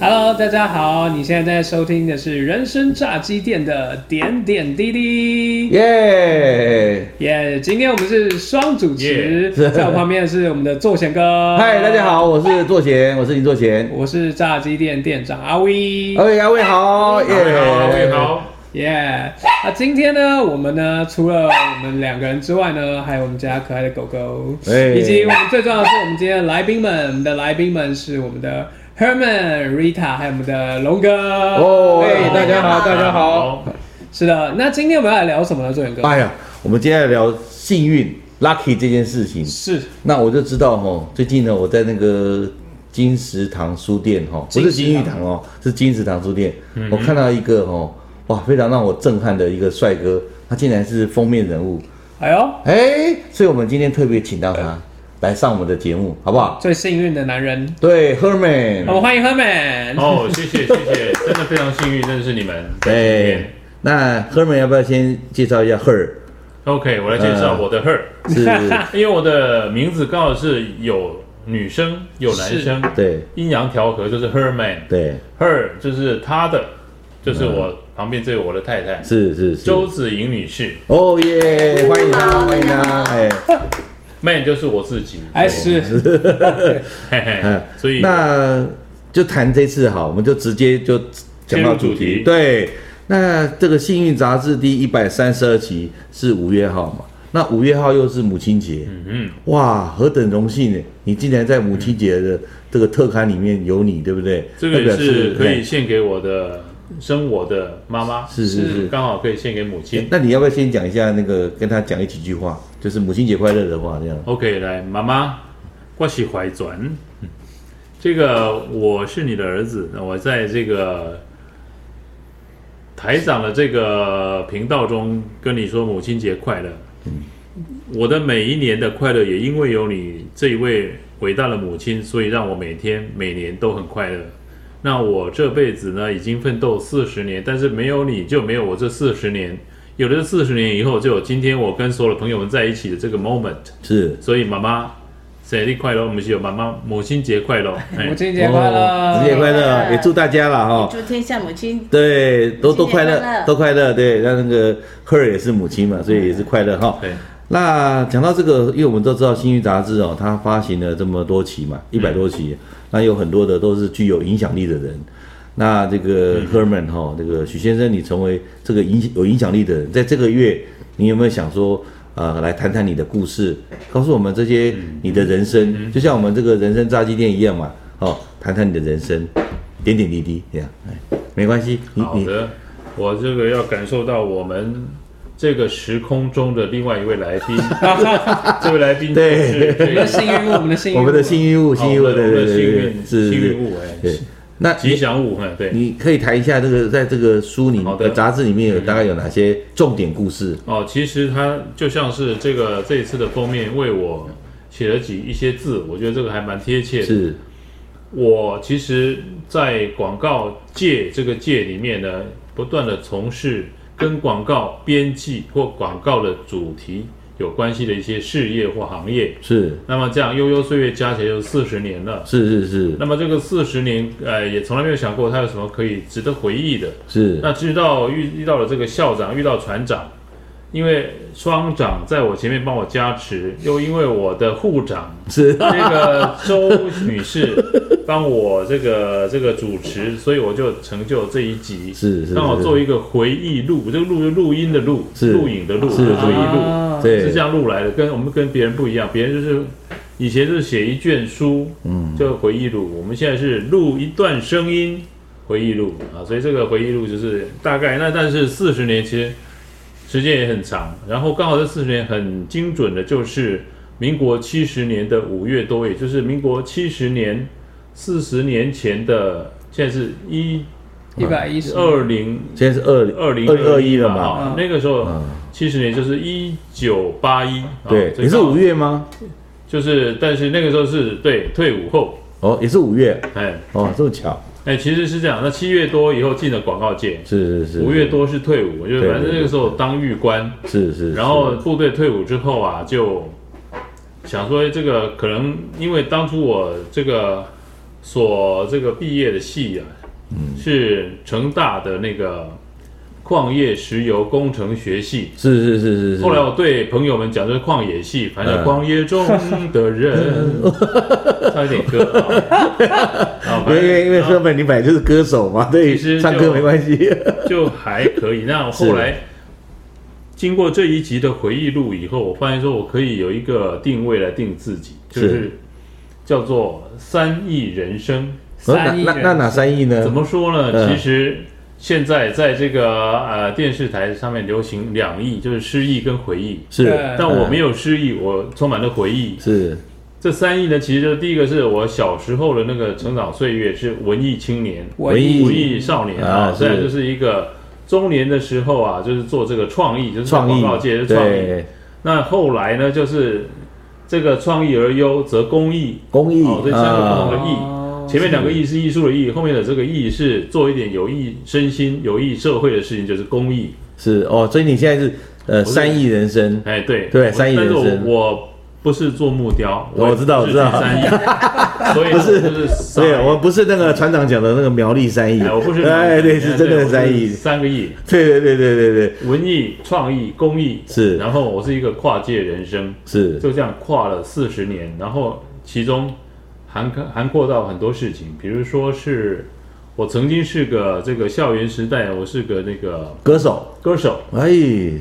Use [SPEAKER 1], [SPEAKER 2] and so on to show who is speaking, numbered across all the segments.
[SPEAKER 1] Hello，大家好，你现在在收听的是人生炸鸡店的点点滴滴。
[SPEAKER 2] 耶！
[SPEAKER 1] 耶、今天我们是双主持 在我旁边的是我们的作贤 哥。
[SPEAKER 2] 嗨，大家，好，我是作贤，我是林作贤。
[SPEAKER 1] 我是炸鸡店店长阿威。
[SPEAKER 2] 二位各位好，耶！
[SPEAKER 3] 好，你好，
[SPEAKER 1] 耶、那今天呢，我们呢，除了我们两个人之外呢，还有我们家可爱的狗狗，
[SPEAKER 2] 哎
[SPEAKER 1] 以及我们最重要的是我们今天的来宾们，我们的来宾们是我们的 Herman、Rita，还有我们的龙哥。
[SPEAKER 2] 哦，哎，
[SPEAKER 1] 哎
[SPEAKER 2] 大家好，大家好。
[SPEAKER 1] 是的，那今天我们要来聊什么呢，周远哥？
[SPEAKER 2] 哎呀，我们今天来聊幸运 lucky 这件事情。
[SPEAKER 1] 是
[SPEAKER 2] 那我就知道哈，最近呢，我在那个金石堂书店哈，不是金玉堂哦，是金石堂书店，我看到一个哦，哇，非常让我震撼的一个帅哥，他竟然是封面人物。
[SPEAKER 1] 哎呦，
[SPEAKER 2] 哎，所以我们今天特别请到他来上我们的节目，好不好？
[SPEAKER 1] 最幸运的男人，
[SPEAKER 2] 对，Herman。
[SPEAKER 1] 我们欢迎 Herman。
[SPEAKER 3] 哦，谢谢谢谢，真的非常幸运认识你们。
[SPEAKER 2] 哎，那 Herman 要不要先介绍一下 Her？
[SPEAKER 3] ，OK，我来介绍我的 her，
[SPEAKER 2] 是，
[SPEAKER 3] 因为我的名字刚好是有女生有男生，
[SPEAKER 2] 对
[SPEAKER 3] 阴阳调和就是 her man，her
[SPEAKER 2] 对，
[SPEAKER 3] 就是她的，就是我旁边这位我的太太
[SPEAKER 2] 是是是。
[SPEAKER 3] 周子莹女士
[SPEAKER 2] 哦耶，欢迎他，欢迎他，哎，
[SPEAKER 3] ，man 就是我自己，
[SPEAKER 1] 哎，是
[SPEAKER 3] 嘿嘿，所以
[SPEAKER 2] 那就谈这次好，我们就直接就讲到主
[SPEAKER 3] 切入主
[SPEAKER 2] 题。
[SPEAKER 3] 题
[SPEAKER 2] 对，那这个《幸运杂志》第一百三十二期是五月号嘛？那五月号又是母亲节，
[SPEAKER 3] 嗯
[SPEAKER 2] 哇，何等荣幸呢！你竟然在母亲节的这个特刊里面有你，对不对？
[SPEAKER 3] 这个也
[SPEAKER 2] 代表
[SPEAKER 3] 是可以
[SPEAKER 2] 哎
[SPEAKER 3] 献给我的生我的妈妈，
[SPEAKER 2] 是是是。
[SPEAKER 3] 刚好可以献给母亲。
[SPEAKER 2] 那你要不要先讲一下那个跟他讲一几句话，就是母亲节快乐的话这样？
[SPEAKER 3] OK，来，妈妈，我是怀转。这个我是你的儿子，我在这个台长的这个频道中跟你说母亲节快乐。我的每一年的快乐也因为有你这一位伟大的母亲，所以让我每天每年都很快乐。那我这辈子呢，已经奋斗四十年，但是没有你就没有我这四十年。有了这四十年以后，就有今天我跟所有的朋友们在一起的这个 moment。
[SPEAKER 2] 是
[SPEAKER 3] 所以妈妈生日快乐，我们是有妈妈母亲节快乐。哎
[SPEAKER 1] 母亲节快乐，
[SPEAKER 2] 哦母亲节快
[SPEAKER 4] 母亲节快
[SPEAKER 2] 乐，
[SPEAKER 4] 乐
[SPEAKER 2] 也祝大家啦哈。
[SPEAKER 4] 祝天下母亲
[SPEAKER 2] 对，都都
[SPEAKER 4] 母亲
[SPEAKER 2] 快
[SPEAKER 4] 节快
[SPEAKER 2] 乐，
[SPEAKER 4] 乐
[SPEAKER 2] 都快乐。对，那那个 her 也是母亲嘛，所以也是快乐哈。
[SPEAKER 3] 对，
[SPEAKER 2] 那讲到这个，因为我们都知道《新域杂志》哦，它发行了这么多期嘛，
[SPEAKER 3] 嗯
[SPEAKER 2] 一百多期，那有很多的都是具有影响力的人。那这个 Herman 哈、这个许先生，你成为这个影有影响力的人，在这个月，你有没有想说，呃，来谈谈你的故事，告诉我们这些
[SPEAKER 3] 嗯
[SPEAKER 2] 你的人生，就像我们这个人生炸鸡店一样嘛，哦，谈谈你的人生，点点滴滴，这样，哎，没关系，你
[SPEAKER 3] 好
[SPEAKER 2] 你
[SPEAKER 3] 的，我这个要感受到我们这个时空中的另外一位来 宾，这位来宾
[SPEAKER 2] 对
[SPEAKER 3] 就
[SPEAKER 1] 我们
[SPEAKER 3] 是这
[SPEAKER 1] 的
[SPEAKER 3] 个
[SPEAKER 1] 幸运物，我们的幸运物，
[SPEAKER 2] 我们的幸运物，幸运物，
[SPEAKER 3] 好我
[SPEAKER 2] 对
[SPEAKER 3] 们
[SPEAKER 2] 对
[SPEAKER 3] 的
[SPEAKER 2] 对
[SPEAKER 3] 幸
[SPEAKER 2] 对对，
[SPEAKER 3] 运
[SPEAKER 2] 是
[SPEAKER 3] 幸
[SPEAKER 2] 是
[SPEAKER 3] 运物，
[SPEAKER 2] 对
[SPEAKER 3] 哎，，
[SPEAKER 2] 那
[SPEAKER 3] 吉祥物，哎，对。
[SPEAKER 2] 你可以谈一下这个，在这个书里
[SPEAKER 3] 好
[SPEAKER 2] 面、
[SPEAKER 3] 的嗯
[SPEAKER 2] 呃杂志里面有大概有哪些重点故事？
[SPEAKER 3] 哦，其实它就像是这个这一次的封面为我写了几一些字，我觉得这个还蛮贴切的。
[SPEAKER 2] 是
[SPEAKER 3] 我其实，在广告界这个界里面呢，不断的从事跟广告编辑或广告的主题有关系的一些事业或行业。
[SPEAKER 2] 是
[SPEAKER 3] 那么这样悠悠岁月加起来就四十年了。
[SPEAKER 2] 是是是
[SPEAKER 3] 那么这个四十年，呃，也从来没有想过它有什么可以值得回忆的。
[SPEAKER 2] 是
[SPEAKER 3] 那直到遇遇到了这个校长，遇到船长，因为双长在我前面帮我加持，又因为我的护长
[SPEAKER 2] 是
[SPEAKER 3] 那个周女士帮我这个这个主持，所以我就成就这一集，
[SPEAKER 2] 是是
[SPEAKER 3] 让我做一个回忆录，这个录就录音的录，
[SPEAKER 2] 是
[SPEAKER 3] 录影的录，
[SPEAKER 2] 是
[SPEAKER 3] 回忆录，
[SPEAKER 1] 啊
[SPEAKER 2] 对
[SPEAKER 3] 是这样录来的，跟我们跟别人不一样，别人就是以前就是写一卷书，嗯，就回忆录，我们现在是录一段声音回忆录啊，所以这个回忆录就是大概那，但是四十年其实时间也很长，然后刚好这四十年很精准的就是民国七十年的五月多，也就是民国七十年四十年前的，现在是一
[SPEAKER 1] 一百一十
[SPEAKER 3] 二零
[SPEAKER 2] 现在是二
[SPEAKER 3] 二零
[SPEAKER 2] 二一了嘛？
[SPEAKER 3] 啊那个时候
[SPEAKER 2] 嗯
[SPEAKER 3] 七十年就是一九八一，啊
[SPEAKER 2] 对，
[SPEAKER 3] 所以
[SPEAKER 2] 你是
[SPEAKER 3] 刚好
[SPEAKER 2] 五月吗？
[SPEAKER 3] 就是，但是那个时候是对退伍后，
[SPEAKER 2] 哦，也是五月
[SPEAKER 3] 哎
[SPEAKER 2] 哦，这么巧，
[SPEAKER 3] 哎，其实是这样，那七月多以后进了广告界，
[SPEAKER 2] 是是是
[SPEAKER 3] 五月多是退伍，就
[SPEAKER 2] 对
[SPEAKER 3] 反正那个时候当狱官。
[SPEAKER 2] 是是，
[SPEAKER 3] 然后部队退伍之后啊，就想说这个可能因为当初我这个所这个毕业的系啊，是成大的那个矿业石油工程学系。
[SPEAKER 2] 是是是是是。
[SPEAKER 3] 后来我对朋友们讲，这是旷野系，反正
[SPEAKER 2] 嗯
[SPEAKER 3] 旷野中的人， 唱一点歌 啊。啊，
[SPEAKER 2] 因
[SPEAKER 3] 反
[SPEAKER 2] 为因为
[SPEAKER 3] 正
[SPEAKER 2] 赫本你本来就是歌手嘛，对
[SPEAKER 3] 其实，就
[SPEAKER 2] 唱歌没关 系。
[SPEAKER 3] 就还可以。那后来经过这一集的回忆录以后，我发现说我可以有一个定位来定自己，就是
[SPEAKER 2] 是
[SPEAKER 3] 叫做三亿人生。
[SPEAKER 2] 那
[SPEAKER 1] 三亿
[SPEAKER 2] 哦那那
[SPEAKER 1] 人
[SPEAKER 2] 哪三亿呢？
[SPEAKER 3] 怎么说呢？
[SPEAKER 2] 嗯
[SPEAKER 3] 其实现在在这个呃电视台上面流行两亿，就是失忆跟回忆。
[SPEAKER 2] 是？
[SPEAKER 1] 对
[SPEAKER 3] 但我没
[SPEAKER 2] 有
[SPEAKER 3] 有失忆，我充满了回忆。
[SPEAKER 2] 是
[SPEAKER 3] 这三亿呢，其实就是第一个是我小时候的那个成长岁月是文艺青年、
[SPEAKER 1] 文
[SPEAKER 2] 艺
[SPEAKER 3] 文艺少年
[SPEAKER 2] 啊
[SPEAKER 3] 啊，
[SPEAKER 2] 是
[SPEAKER 3] 再来就是一个中年的时候啊，就是做这个创意，就是在
[SPEAKER 2] 创
[SPEAKER 3] 广
[SPEAKER 2] 意
[SPEAKER 3] 告界的创意。
[SPEAKER 2] 对
[SPEAKER 3] 那后来呢，就是这个创意而优则公益，
[SPEAKER 2] 公益
[SPEAKER 3] 哦这三个不同的
[SPEAKER 2] 啊，
[SPEAKER 3] 意
[SPEAKER 1] 哦
[SPEAKER 3] 前面两个艺是艺术的艺，后面的这个艺是做一点有益身心、有益社会的事情，就是公益。
[SPEAKER 2] 是哦，所以你现在是呃
[SPEAKER 3] 是
[SPEAKER 2] 三亿人生，
[SPEAKER 3] 哎，对
[SPEAKER 2] 对
[SPEAKER 3] 我
[SPEAKER 2] 三亿
[SPEAKER 3] 但是
[SPEAKER 2] 人生
[SPEAKER 3] 我我不是做木雕，
[SPEAKER 2] 我
[SPEAKER 3] 也
[SPEAKER 2] 知道
[SPEAKER 3] 不是
[SPEAKER 2] 我知道
[SPEAKER 3] 三亿，所以
[SPEAKER 2] 不是
[SPEAKER 3] 我就是三亿
[SPEAKER 2] 对，我不是那个船长讲的那个苗栗三亿，
[SPEAKER 3] 哎，我不是
[SPEAKER 2] 哎，对，是真的三
[SPEAKER 3] 我
[SPEAKER 2] 亿
[SPEAKER 3] 是，三个亿，
[SPEAKER 2] 对对对对对对，
[SPEAKER 3] 文艺、创意、公益
[SPEAKER 2] 是
[SPEAKER 3] 然后我是一个跨界人生，
[SPEAKER 2] 是
[SPEAKER 3] 就这样跨了四十年，然后其中涵涵括到很多事情，比如说是我曾经是个这个校园时代，我是个那个
[SPEAKER 2] 歌手，
[SPEAKER 3] 歌手，
[SPEAKER 2] 哎，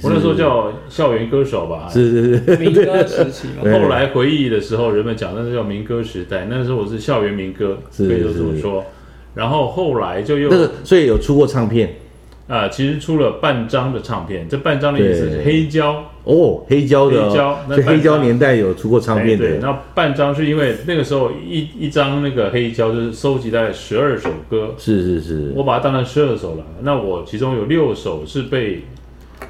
[SPEAKER 3] 我那时候叫校园歌手吧。
[SPEAKER 2] 是是是
[SPEAKER 1] 民歌时期嘛，
[SPEAKER 2] 对
[SPEAKER 3] 后来回忆的时候，人们讲那是叫民歌时代，那时候我是校园民歌，可
[SPEAKER 2] 是
[SPEAKER 3] 以就这么
[SPEAKER 2] 是
[SPEAKER 3] 说。然后后来就又
[SPEAKER 2] 那个，所以有出过唱片
[SPEAKER 3] 啊，其实出了半张的唱片，这半张的意思是
[SPEAKER 2] 对
[SPEAKER 3] 黑胶。
[SPEAKER 2] 哦，黑胶的
[SPEAKER 3] 黑胶
[SPEAKER 2] 哦，
[SPEAKER 3] 那
[SPEAKER 2] 所以黑
[SPEAKER 3] 半
[SPEAKER 2] 胶
[SPEAKER 3] 张
[SPEAKER 2] 年代有出过唱片
[SPEAKER 3] 哎对，
[SPEAKER 2] 的，
[SPEAKER 3] 那半张是因为那个时候一一张那个黑胶就是收集大概十二首歌，
[SPEAKER 2] 是是是，
[SPEAKER 3] 我把它当成十二首了。那我其中有六首是被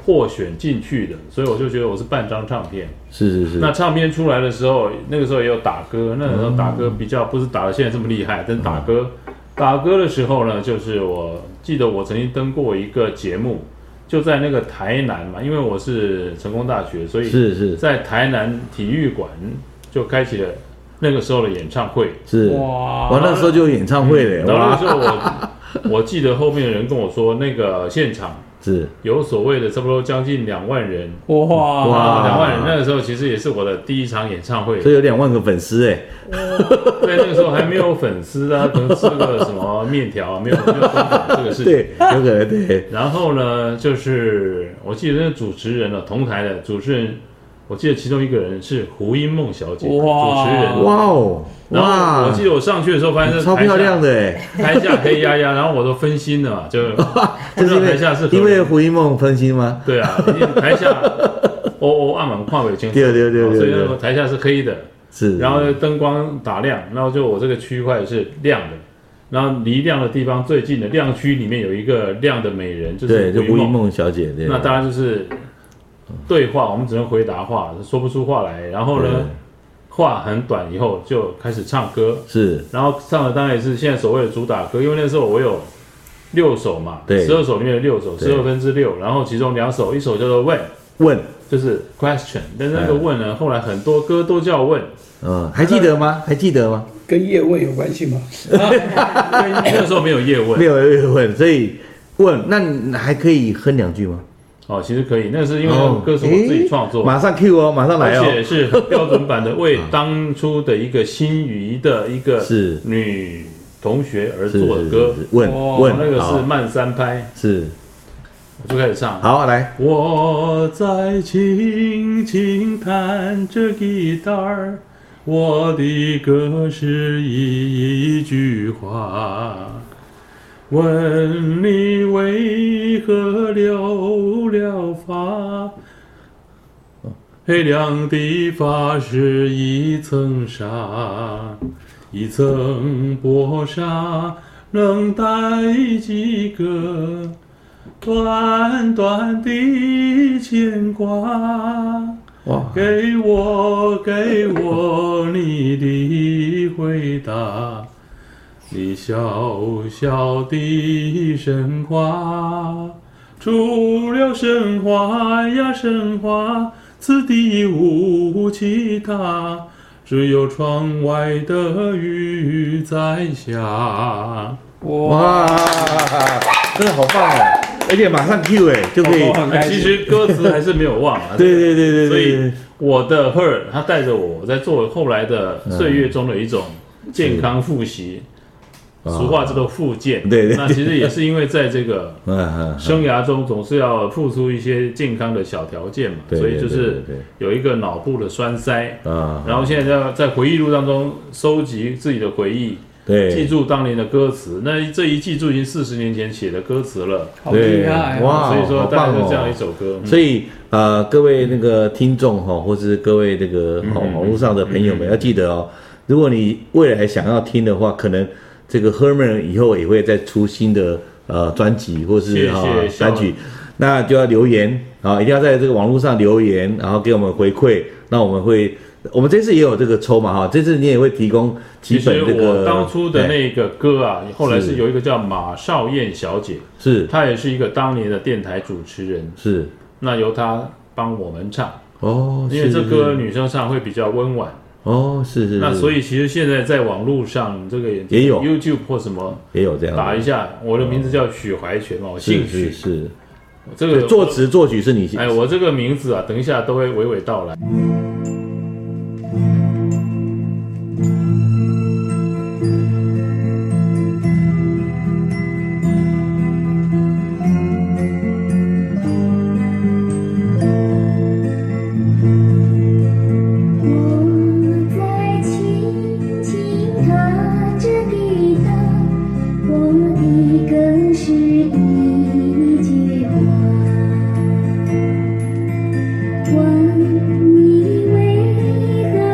[SPEAKER 3] 获选进去的，所以我就觉得我是半张唱片。
[SPEAKER 2] 是是是，
[SPEAKER 3] 那唱片出来的时候，那个时候也有打歌，那个时候打歌比较不是打的现在这么厉害，但是打歌、打歌的时候呢，就是我记得我曾经登过一个节目，就在那个台南嘛，因为我是成功大学，所以
[SPEAKER 2] 是是
[SPEAKER 3] 在台南体育馆就开启了那个时候的演唱会。
[SPEAKER 2] 是，哇，
[SPEAKER 1] 哇，
[SPEAKER 2] 那时候就有演唱会嘞，
[SPEAKER 3] 嗯然后那
[SPEAKER 2] 哇，
[SPEAKER 3] 时候我 我记得后面的人跟我说，那个现场
[SPEAKER 2] 是
[SPEAKER 3] 有所谓的差不多将近两万人，啊
[SPEAKER 1] 哇
[SPEAKER 2] 哇
[SPEAKER 3] 两万人那个时候其实也是我的第一场演唱会
[SPEAKER 2] 所，以有两万个粉丝哎，
[SPEAKER 3] 对，那个时候还没有粉丝啊， 可能吃个什么面条啊，没有没有分享这个事情。
[SPEAKER 2] 对，有可能对，
[SPEAKER 3] 然后呢，就是我记得那个主持人呢、啊同台的主持人，我记得其中一个人是胡因梦小姐，
[SPEAKER 1] 哇
[SPEAKER 3] 主持人。啊
[SPEAKER 2] 哇哦，
[SPEAKER 3] 然后我
[SPEAKER 2] 哇
[SPEAKER 3] 记，得我上去的时候，发现
[SPEAKER 2] 超漂亮
[SPEAKER 3] 的，
[SPEAKER 2] 的哎。
[SPEAKER 3] 台下黑压压，然后我都分心了嘛，就不
[SPEAKER 2] 就欸是
[SPEAKER 3] 知道
[SPEAKER 2] 因
[SPEAKER 3] 台下是
[SPEAKER 2] 为
[SPEAKER 3] 何
[SPEAKER 2] 因为
[SPEAKER 3] 人
[SPEAKER 2] 胡一梦分心吗？
[SPEAKER 3] 对啊，因为台下我我暗满跨尾清楚，
[SPEAKER 2] 对啊对对对
[SPEAKER 3] 所以那
[SPEAKER 2] 对
[SPEAKER 3] 个台下是黑的，
[SPEAKER 2] 是，
[SPEAKER 3] 然后灯光打亮，然后就我这个区块是亮的，然后离亮的地方最近的亮区里面有一个亮的美人，就是
[SPEAKER 2] 对，就
[SPEAKER 3] 胡
[SPEAKER 2] 胡
[SPEAKER 3] 一
[SPEAKER 2] 一
[SPEAKER 3] 梦。
[SPEAKER 2] 梦小姐，对，
[SPEAKER 3] 那当然就是对话，我们只能回答话，说不出话来。然后
[SPEAKER 2] 对
[SPEAKER 3] 呢，话很短，以后就开始唱歌，
[SPEAKER 2] 是
[SPEAKER 3] 然后唱的当然也是现在所谓的主打歌，因为那时候我有六首嘛，
[SPEAKER 2] 对
[SPEAKER 3] 十二首里面有六首，
[SPEAKER 2] 对
[SPEAKER 3] 十二分之六，然后其中两首，一首叫做问，
[SPEAKER 2] 问，
[SPEAKER 3] 就是 question，但是那个
[SPEAKER 2] 嗯
[SPEAKER 3] 问呢，后来很多歌都叫问。
[SPEAKER 2] 嗯，还记得吗？还记得吗？
[SPEAKER 4] 跟叶问有关系 吗？
[SPEAKER 3] 那个时候没有叶
[SPEAKER 2] 没
[SPEAKER 3] 问
[SPEAKER 2] 有没有问，所以问，那你还可以哼两句吗？
[SPEAKER 3] 哦，其实可以，那是因为那个歌是我
[SPEAKER 2] 哦诶
[SPEAKER 3] 自己创作，
[SPEAKER 2] 马上 Q 哦，马上来
[SPEAKER 3] 而且
[SPEAKER 2] 哦，
[SPEAKER 3] 是很标准版的，为当初的一个心仪的一个
[SPEAKER 2] 是
[SPEAKER 3] 女同学而
[SPEAKER 2] 是
[SPEAKER 3] 做
[SPEAKER 2] 是
[SPEAKER 3] 的歌
[SPEAKER 2] 是，是问
[SPEAKER 1] 哦
[SPEAKER 2] 问，
[SPEAKER 3] 那个是
[SPEAKER 2] 好
[SPEAKER 3] 慢三拍，
[SPEAKER 2] 是
[SPEAKER 3] 我就开始唱。
[SPEAKER 2] 好来，
[SPEAKER 3] 我在轻轻弹着吉他儿，我的歌是一句话。问你为何留了发？黑亮的发是一层纱，一层薄纱能带几个？短短的牵挂，
[SPEAKER 2] 哇，
[SPEAKER 3] 给我给我你的回 答，你小小的神话，除了神话呀神话，此地无其他，只只有窗外的雨在下。
[SPEAKER 1] 哇，
[SPEAKER 2] 哇，真的好棒啊！而且马上 Q 哎、就可以
[SPEAKER 1] 我，很
[SPEAKER 3] 哎
[SPEAKER 1] 开
[SPEAKER 3] 其
[SPEAKER 1] 心。
[SPEAKER 3] 实歌词还是没有忘啊。
[SPEAKER 2] 对对对对对，
[SPEAKER 3] 所以我的 her，他带着我在做后来的
[SPEAKER 2] 嗯
[SPEAKER 3] 岁月中的一种健康复习，
[SPEAKER 2] 是哦
[SPEAKER 3] 俗话叫做复健。
[SPEAKER 2] 对对
[SPEAKER 3] 那其实也是因为在这个
[SPEAKER 2] 嗯嗯，嗯
[SPEAKER 3] 生涯中总是要付出一些健康的小条件嘛，
[SPEAKER 2] 对
[SPEAKER 3] 所以就
[SPEAKER 2] 对
[SPEAKER 3] 是
[SPEAKER 2] 对对
[SPEAKER 3] 有一个脑部的栓塞，
[SPEAKER 2] 啊，
[SPEAKER 3] 然后现在要在回忆录当中收集自己的回忆，记
[SPEAKER 2] 对，
[SPEAKER 3] 住当年的歌词。那这一记住已经四十年前写的歌词了，
[SPEAKER 1] 好厉
[SPEAKER 2] 对
[SPEAKER 1] 害、哦！
[SPEAKER 2] 哇
[SPEAKER 3] 所以说
[SPEAKER 2] 好
[SPEAKER 3] 大
[SPEAKER 2] 棒
[SPEAKER 3] 概就这样
[SPEAKER 2] 哦
[SPEAKER 3] 一首歌。嗯
[SPEAKER 2] 所以呃，各位那个听众哈、或是各位这个哦
[SPEAKER 3] 嗯嗯
[SPEAKER 2] 网络上的朋友们，要记得哦，如果你未来想要听的话，可能这个 Herman 以后也会再出新的呃专辑或
[SPEAKER 3] 谢
[SPEAKER 2] 是
[SPEAKER 3] 谢
[SPEAKER 2] 啊
[SPEAKER 3] 小
[SPEAKER 2] 单曲，那就要留言啊，一定要在这个网络上留言，然后给我们回馈，那我们会。我们这次也有这个抽嘛哈，这次你也会提供几
[SPEAKER 3] 其实
[SPEAKER 2] 本这
[SPEAKER 3] 我
[SPEAKER 2] 个
[SPEAKER 3] 当初的
[SPEAKER 2] 哎
[SPEAKER 3] 那个歌啊，后来是
[SPEAKER 2] 是
[SPEAKER 3] 有一个叫马少燕小姐，
[SPEAKER 2] 是
[SPEAKER 3] 她也是一个当年的电台主持人，
[SPEAKER 2] 是
[SPEAKER 3] 那由她帮我们唱，
[SPEAKER 2] 哦，
[SPEAKER 3] 因为
[SPEAKER 2] 是
[SPEAKER 3] 这
[SPEAKER 2] 是
[SPEAKER 3] 歌
[SPEAKER 2] 是
[SPEAKER 3] 女生唱会比较温婉。
[SPEAKER 2] 哦是是，
[SPEAKER 3] 那所
[SPEAKER 2] 以
[SPEAKER 3] 以其实现在在网络上这个
[SPEAKER 2] 也有
[SPEAKER 3] YouTube 或什么
[SPEAKER 2] 也有这样的
[SPEAKER 3] 打一下，我的名字叫许怀全嘛，我姓
[SPEAKER 2] 是是
[SPEAKER 3] 许，
[SPEAKER 2] 是，
[SPEAKER 3] 这个
[SPEAKER 2] 作词作曲是你写
[SPEAKER 3] 哎，我这个名字啊，等一下都会娓娓道来。
[SPEAKER 4] 我在轻轻踏着地道，我的根是一句话，万米为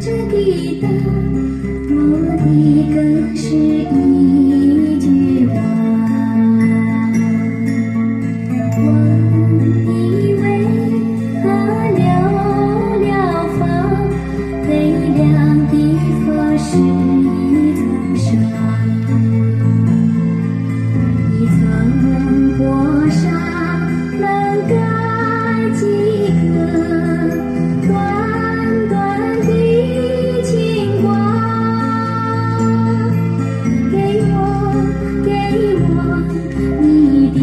[SPEAKER 4] 的灯，我的歌是一句话。我以为河流疗法，悲凉的河是一层纱，一层薄纱能盖几个短短的牵挂。给我，给我你的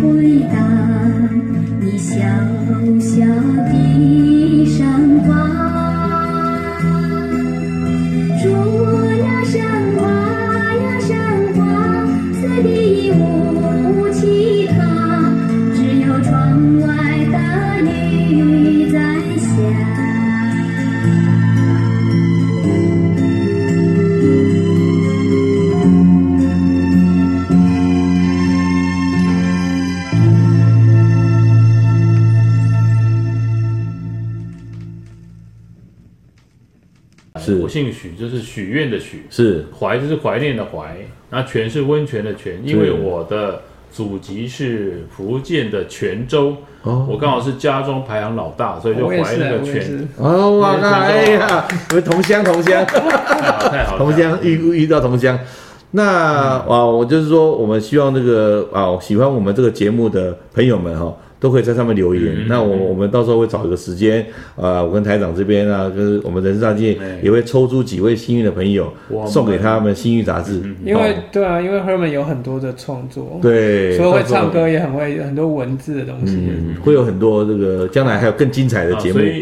[SPEAKER 4] 回答，你小小的伤疤。树呀，山花呀，山花，此地无其他，只有窗外的雨在下。
[SPEAKER 2] 是
[SPEAKER 3] 我姓许，就是许愿的许，
[SPEAKER 2] 是
[SPEAKER 3] 怀就是怀念的怀，然后泉是温泉的泉，因为我的祖籍是福建的泉州，
[SPEAKER 2] 哦
[SPEAKER 3] 我刚好是家中排行老大，所以就
[SPEAKER 1] 我也
[SPEAKER 3] 怀
[SPEAKER 1] 是，
[SPEAKER 3] 那个
[SPEAKER 1] 我也
[SPEAKER 3] 泉
[SPEAKER 1] 是。。
[SPEAKER 2] 哦，哇
[SPEAKER 3] 对
[SPEAKER 2] 那哎呀，我们同乡同乡
[SPEAKER 3] 太好啊太好了，
[SPEAKER 2] 同乡遇遇到同乡，那啊，我就是说，我们希望这个啊，喜欢我们这个节目的朋友们哈、哦，都可以在上面留言。
[SPEAKER 3] 嗯
[SPEAKER 2] 那我
[SPEAKER 3] 嗯
[SPEAKER 2] 我们到时候会找一个时间啊，我跟台长这边啊，就是我们人事大界
[SPEAKER 3] 哎
[SPEAKER 2] 也会抽出几位幸运的朋友
[SPEAKER 3] 我，们嗯
[SPEAKER 2] 送给他们《幸运杂志》哦，
[SPEAKER 1] 因为对啊，因为 Herman 有很多的创作，，
[SPEAKER 2] 对，
[SPEAKER 1] 除了会
[SPEAKER 2] 到时候
[SPEAKER 1] 唱歌，也很会很多文字的东西。
[SPEAKER 2] 嗯，会有很多这个将来还有更精彩的
[SPEAKER 3] 啊，
[SPEAKER 2] 节目嗯
[SPEAKER 3] 所，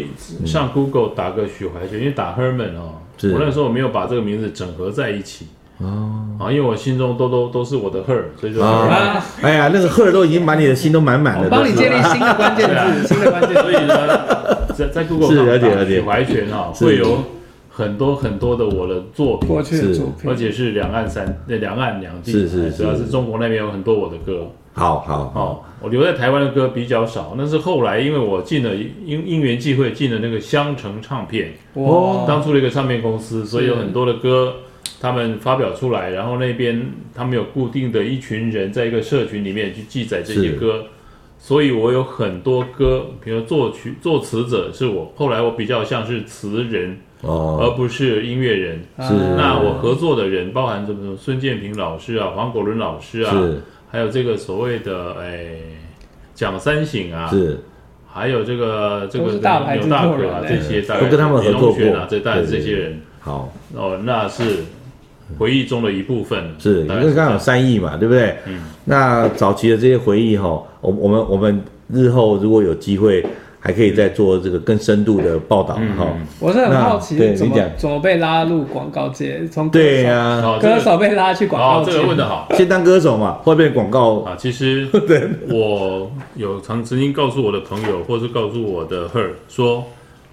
[SPEAKER 3] 以上 Google 打个许怀泉，因为打 Herman 哦，
[SPEAKER 2] 是
[SPEAKER 3] 我那时候我没有把这个名字整合在一起哦，啊，因为我心中都都都是我的 Her，所以就
[SPEAKER 2] 啊，哎呀，那个赫尔都已经把你的心都满满
[SPEAKER 3] 哦
[SPEAKER 2] 了，
[SPEAKER 1] 我帮你
[SPEAKER 2] 都是
[SPEAKER 1] 建立新的关键
[SPEAKER 3] 对啊
[SPEAKER 1] 字，新的关键字。
[SPEAKER 3] 所以呢，在在 Google
[SPEAKER 2] 是
[SPEAKER 3] 上
[SPEAKER 2] 了解
[SPEAKER 3] 打
[SPEAKER 2] 了解
[SPEAKER 3] 许怀泉啊，
[SPEAKER 2] 是
[SPEAKER 3] 会有很多很多的我的作品
[SPEAKER 1] 过去的
[SPEAKER 2] 是
[SPEAKER 1] 作品，
[SPEAKER 3] 而且是两岸三那两岸两地，
[SPEAKER 2] 是是是嗯
[SPEAKER 3] 主要是中国那边有很多我的歌
[SPEAKER 2] 好好好，
[SPEAKER 3] 哦，我留在台湾的歌比较少，那是后来因为我进了因因缘际会进了那个香城唱片，
[SPEAKER 2] 哦
[SPEAKER 1] 哇，
[SPEAKER 3] 当初的一个唱片公司，所以有很多的歌他们发表出来，然后那边他们有固定的一群人在一个社群里面去记载这些
[SPEAKER 2] 是
[SPEAKER 3] 歌。所以我有很多歌，比如作曲、作词者是我，后来我比较像是词人，而
[SPEAKER 2] 哦，
[SPEAKER 3] 不是音乐人。
[SPEAKER 2] 是
[SPEAKER 3] 呃那我合作的人包含什么？孙建平老师啊，黄国伦老师啊，
[SPEAKER 2] 是
[SPEAKER 3] 还有这个所谓的哎蒋三省啊，
[SPEAKER 2] 是
[SPEAKER 3] 还有这个这
[SPEAKER 1] 都
[SPEAKER 3] 个
[SPEAKER 1] 是大牌
[SPEAKER 3] 牛
[SPEAKER 1] 制
[SPEAKER 3] 大
[SPEAKER 1] 作
[SPEAKER 3] 可
[SPEAKER 1] 人
[SPEAKER 3] 啊
[SPEAKER 1] 哎
[SPEAKER 3] 这些，大概
[SPEAKER 2] 都跟他们合
[SPEAKER 3] 李
[SPEAKER 2] 作
[SPEAKER 3] 龙
[SPEAKER 2] 过
[SPEAKER 3] 轩啊，这大概是这些人
[SPEAKER 2] 好
[SPEAKER 3] 哦，那是回忆中的一部分。
[SPEAKER 2] 是，因
[SPEAKER 3] 大概是
[SPEAKER 2] 为刚好有三亿嘛，对不对？嗯，那早期的这些回忆哈，我我们我们日后如果有机会，还可以再做这个更深度的报道
[SPEAKER 3] 嗯
[SPEAKER 2] 哈
[SPEAKER 3] 嗯。
[SPEAKER 1] 我是很好奇
[SPEAKER 2] 那对
[SPEAKER 1] 怎
[SPEAKER 2] 你
[SPEAKER 1] 么
[SPEAKER 2] 讲
[SPEAKER 1] 怎么被拉入广告界，从歌手
[SPEAKER 2] 对呀，
[SPEAKER 3] 哦，这
[SPEAKER 1] 歌
[SPEAKER 3] 个
[SPEAKER 1] 手被拉去广
[SPEAKER 3] 哦
[SPEAKER 1] 告，界，
[SPEAKER 3] 这个问的好
[SPEAKER 2] 先当歌手嘛，后面广告
[SPEAKER 3] 啊。其实我有曾曾经告诉我的朋友，或是告诉我的 her 说，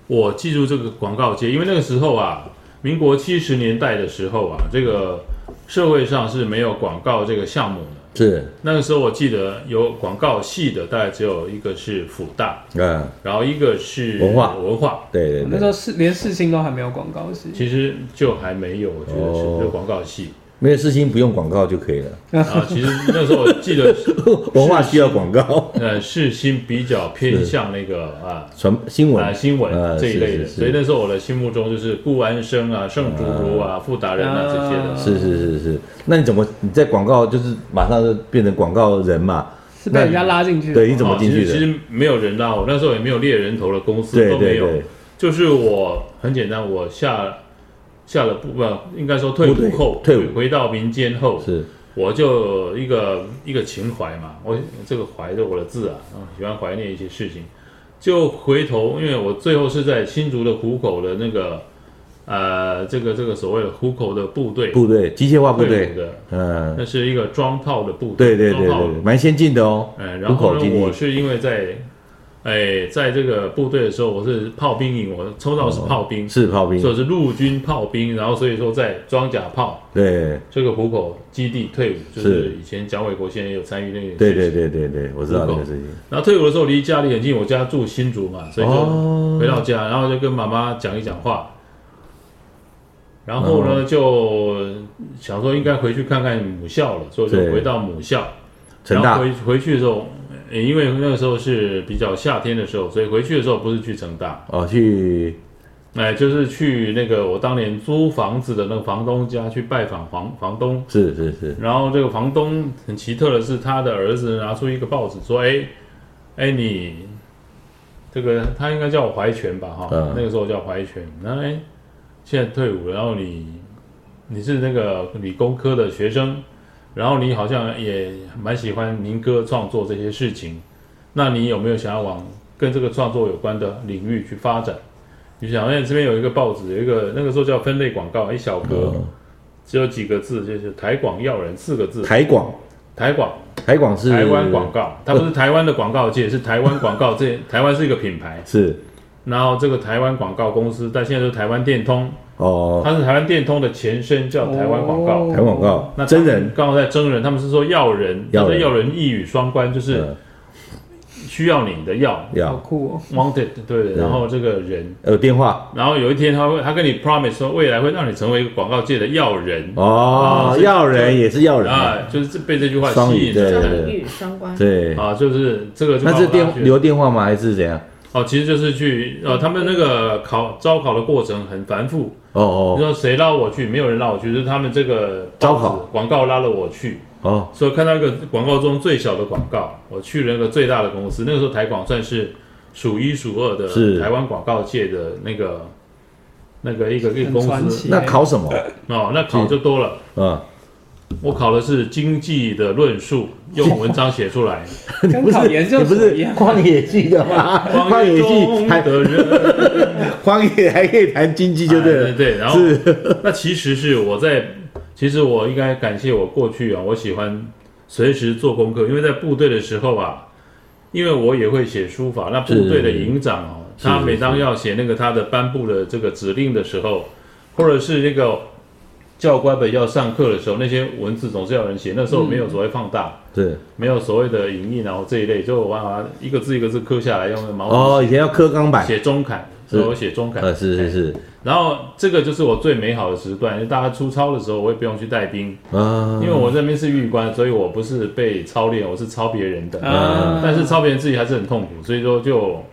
[SPEAKER 3] 我记住这个广告界，因为那个时候啊，民国七十年代的时候啊，这个社会上是没有广告这个项目的。
[SPEAKER 2] 是
[SPEAKER 3] 那个时候我记得有广告系的，大概只有一个是辅大，
[SPEAKER 2] 啊，
[SPEAKER 3] 然后一个是
[SPEAKER 2] 文化
[SPEAKER 3] 文化，
[SPEAKER 2] 对
[SPEAKER 1] 那
[SPEAKER 2] 对
[SPEAKER 1] 时候
[SPEAKER 2] 对，
[SPEAKER 1] 是连世新都还没有广告系，
[SPEAKER 3] 其实就还没有，我觉得
[SPEAKER 2] 哦
[SPEAKER 3] 是就广告系。
[SPEAKER 2] 没有事情不用广告就可以了，
[SPEAKER 3] 然后其实那时候我记得，
[SPEAKER 2] 文化需要广告。
[SPEAKER 3] 呃，世新比较偏向那个啊。
[SPEAKER 2] 传新
[SPEAKER 3] 啊，
[SPEAKER 2] 闻
[SPEAKER 3] 新
[SPEAKER 2] 啊
[SPEAKER 3] 闻这一类
[SPEAKER 2] 是
[SPEAKER 3] 的，
[SPEAKER 2] 是是
[SPEAKER 3] 所以那时候我的心目中就是顾安生啊、盛竹如啊、傅达人啊这些的。
[SPEAKER 2] 是是是是，那你怎么你在广告就是马上就变成广告人嘛？
[SPEAKER 1] 是被人家拉进去的。
[SPEAKER 2] 对，你怎么进去
[SPEAKER 3] 哦其
[SPEAKER 2] 的？
[SPEAKER 3] 实？其实没有人拉我，那时候也没有猎人头的公司
[SPEAKER 2] 对
[SPEAKER 3] 都没
[SPEAKER 2] 对
[SPEAKER 3] 有。
[SPEAKER 2] 对，
[SPEAKER 3] 就是我很简单，我下下了部分，应该说退伍后，
[SPEAKER 2] 退伍
[SPEAKER 3] 回到民间后，
[SPEAKER 2] 是
[SPEAKER 3] 我就一个一个情怀嘛，我这个怀着我的字啊，嗯喜欢怀念一些事情，就回头，因为我最后是在新竹的虎口的那个呃，这个这个所谓的虎口的部队
[SPEAKER 2] 部队机械化部
[SPEAKER 3] 退
[SPEAKER 2] 队，
[SPEAKER 3] 伍的，
[SPEAKER 2] 嗯，
[SPEAKER 3] 那是一个装炮的部队，
[SPEAKER 2] 对对对
[SPEAKER 3] 装炮
[SPEAKER 2] 对，蛮先进的哦。
[SPEAKER 3] 嗯，
[SPEAKER 2] 虎
[SPEAKER 3] 然后
[SPEAKER 2] 口
[SPEAKER 3] 呢
[SPEAKER 2] 基，
[SPEAKER 3] 我
[SPEAKER 2] 地
[SPEAKER 3] 是因为在，哎，在这个部队的时候，我是炮兵营，我抽到是炮兵，
[SPEAKER 2] 哦是炮兵
[SPEAKER 3] 所，以嗯是陆军炮兵，然后所以说在装甲炮
[SPEAKER 2] 对
[SPEAKER 3] 这个虎口基地退伍，就是
[SPEAKER 2] 是
[SPEAKER 3] 以前蒋纬国先生也有参与那个事情，
[SPEAKER 2] 对对对对对，我知道那个事情。
[SPEAKER 3] 然后退伍的时候离家里很近，我家住新竹嘛，所以就
[SPEAKER 2] 哦
[SPEAKER 3] 回到家，然后就跟妈妈讲一讲话。然后
[SPEAKER 2] 哦
[SPEAKER 3] 呢，就想说应该回去看看母校了，所以就
[SPEAKER 2] 对
[SPEAKER 3] 回到母校。
[SPEAKER 2] 成
[SPEAKER 3] 然
[SPEAKER 2] 大
[SPEAKER 3] 后回回去的时候，呃因为那个时候是比较夏天的时候，所以回去的时候不是去成大，
[SPEAKER 2] 哦，去
[SPEAKER 3] 哎，就是去那个我当年租房子的那个房东家去拜访房房东。
[SPEAKER 2] 是是是，
[SPEAKER 3] 然后这个房东很奇特的是，他的儿子拿出一个报纸说：“哎，哎你，这个他应该叫我怀全吧？哈、
[SPEAKER 2] 嗯
[SPEAKER 3] 那个时候叫怀全。然后哎，现在退伍了，然后你你是那个理工科的学生，然后你好像也蛮喜欢民歌创作这些事情，那你有没有想要往跟这个创作有关的领域去发展？”你想，哎，这边有一个报纸，有一个那个时候叫分类广告，一哎小格，
[SPEAKER 2] 呃，
[SPEAKER 3] 只有几个字，就是“台广要人”四个字。
[SPEAKER 2] 台广，
[SPEAKER 3] 台广，
[SPEAKER 2] 台广是
[SPEAKER 3] 台湾广告，它不是台湾的广告界，是台湾广告界。 台湾是一个品牌，
[SPEAKER 2] 是
[SPEAKER 3] 然后这个台湾广告公司，但现在就是台湾电通，
[SPEAKER 2] 哦，
[SPEAKER 3] 它是台湾电通的前身，叫台湾广告。
[SPEAKER 1] 哦
[SPEAKER 2] 台湾广告
[SPEAKER 3] 那
[SPEAKER 2] 真人，
[SPEAKER 3] 刚好在真人，他们是说要人，
[SPEAKER 2] 要
[SPEAKER 3] 他说
[SPEAKER 2] 人
[SPEAKER 3] 要人一语双关，就是
[SPEAKER 2] 呃
[SPEAKER 3] 需要你的要
[SPEAKER 1] 好
[SPEAKER 2] 要
[SPEAKER 1] 酷哦！
[SPEAKER 3] wanted 对的，
[SPEAKER 2] 对
[SPEAKER 3] 然后这个人，
[SPEAKER 2] 呃电话
[SPEAKER 3] 然后有一天他会他跟你 promise 说未来会让你成为一个广告界的要人
[SPEAKER 2] 哦
[SPEAKER 3] 啊，是
[SPEAKER 2] 要人也是要人啊，
[SPEAKER 3] 啊，就是这被这句话
[SPEAKER 2] 双语
[SPEAKER 3] 吸引
[SPEAKER 2] 对
[SPEAKER 3] 了。
[SPEAKER 2] 对
[SPEAKER 5] 双语双关，
[SPEAKER 2] 对，
[SPEAKER 3] 啊，就是这个就
[SPEAKER 2] 那
[SPEAKER 3] 把
[SPEAKER 2] 是
[SPEAKER 3] 我拉去
[SPEAKER 2] 电嗯留电话吗？还是怎样？
[SPEAKER 3] 哦，其实就是去呃，他们那个考招考的过程很繁复。
[SPEAKER 2] 哦
[SPEAKER 3] 你
[SPEAKER 2] 哦
[SPEAKER 3] 说谁拉我去？没有人拉我去，就是他们这个
[SPEAKER 2] 招
[SPEAKER 3] 报纸
[SPEAKER 2] 考
[SPEAKER 3] 广告拉了我去。
[SPEAKER 2] 哦，
[SPEAKER 3] 所以看到一个广告中最小的广告，我去了那个最大的公司。那个时候台广算是数一数二
[SPEAKER 2] 是
[SPEAKER 3] 的台湾广告界的那个那个一个一个
[SPEAKER 1] 很
[SPEAKER 3] 公
[SPEAKER 1] 传
[SPEAKER 3] 司
[SPEAKER 1] 奇
[SPEAKER 2] 那考什么？
[SPEAKER 3] 哦，那考就多了。
[SPEAKER 1] 呃
[SPEAKER 2] 嗯，
[SPEAKER 3] 我考的是经济的 论述，用文章写出来。
[SPEAKER 1] 跟
[SPEAKER 2] 不
[SPEAKER 1] 考
[SPEAKER 2] 是
[SPEAKER 1] 研究
[SPEAKER 2] 你不
[SPEAKER 1] 所一
[SPEAKER 2] 是
[SPEAKER 1] 样，
[SPEAKER 2] 荒野系的吗？荒野系
[SPEAKER 3] 中
[SPEAKER 2] 还
[SPEAKER 3] 的人。
[SPEAKER 2] 荒野还可以谈经济就对
[SPEAKER 3] 哎
[SPEAKER 2] 了，
[SPEAKER 3] 对对，然后那其实是我在，其实我应该感谢我过去啊，我喜欢随时做功课，因为在部队的时候啊，因为我也会写书法，那部队的营长哦，
[SPEAKER 2] 是
[SPEAKER 3] 他
[SPEAKER 2] 是
[SPEAKER 3] 每
[SPEAKER 2] 是
[SPEAKER 3] 当要写那个他的颁布的这个指令的时候，或者是那个教官们要上课的时候，那些文字总是要有人写，那时候没
[SPEAKER 2] 嗯
[SPEAKER 3] 有所谓放大。
[SPEAKER 2] 对
[SPEAKER 3] 没有所谓的影印，然后这一类，就我把它一个字一个字刻下来，用毛
[SPEAKER 2] 哦，
[SPEAKER 3] 笔
[SPEAKER 2] 以前要刻钢板，
[SPEAKER 3] 写中楷，
[SPEAKER 2] 是
[SPEAKER 3] 所以我写中楷。
[SPEAKER 2] 呃是是是
[SPEAKER 3] 然后这个就是我最美好的时段，因为大家出操的时候，我也不用去带兵，
[SPEAKER 2] 啊
[SPEAKER 3] 因为我这边是狱官，所以我不是被操练，我是操别人的。
[SPEAKER 2] 嗯
[SPEAKER 1] 啊
[SPEAKER 3] 但是操别人自己还是很痛苦，所以说就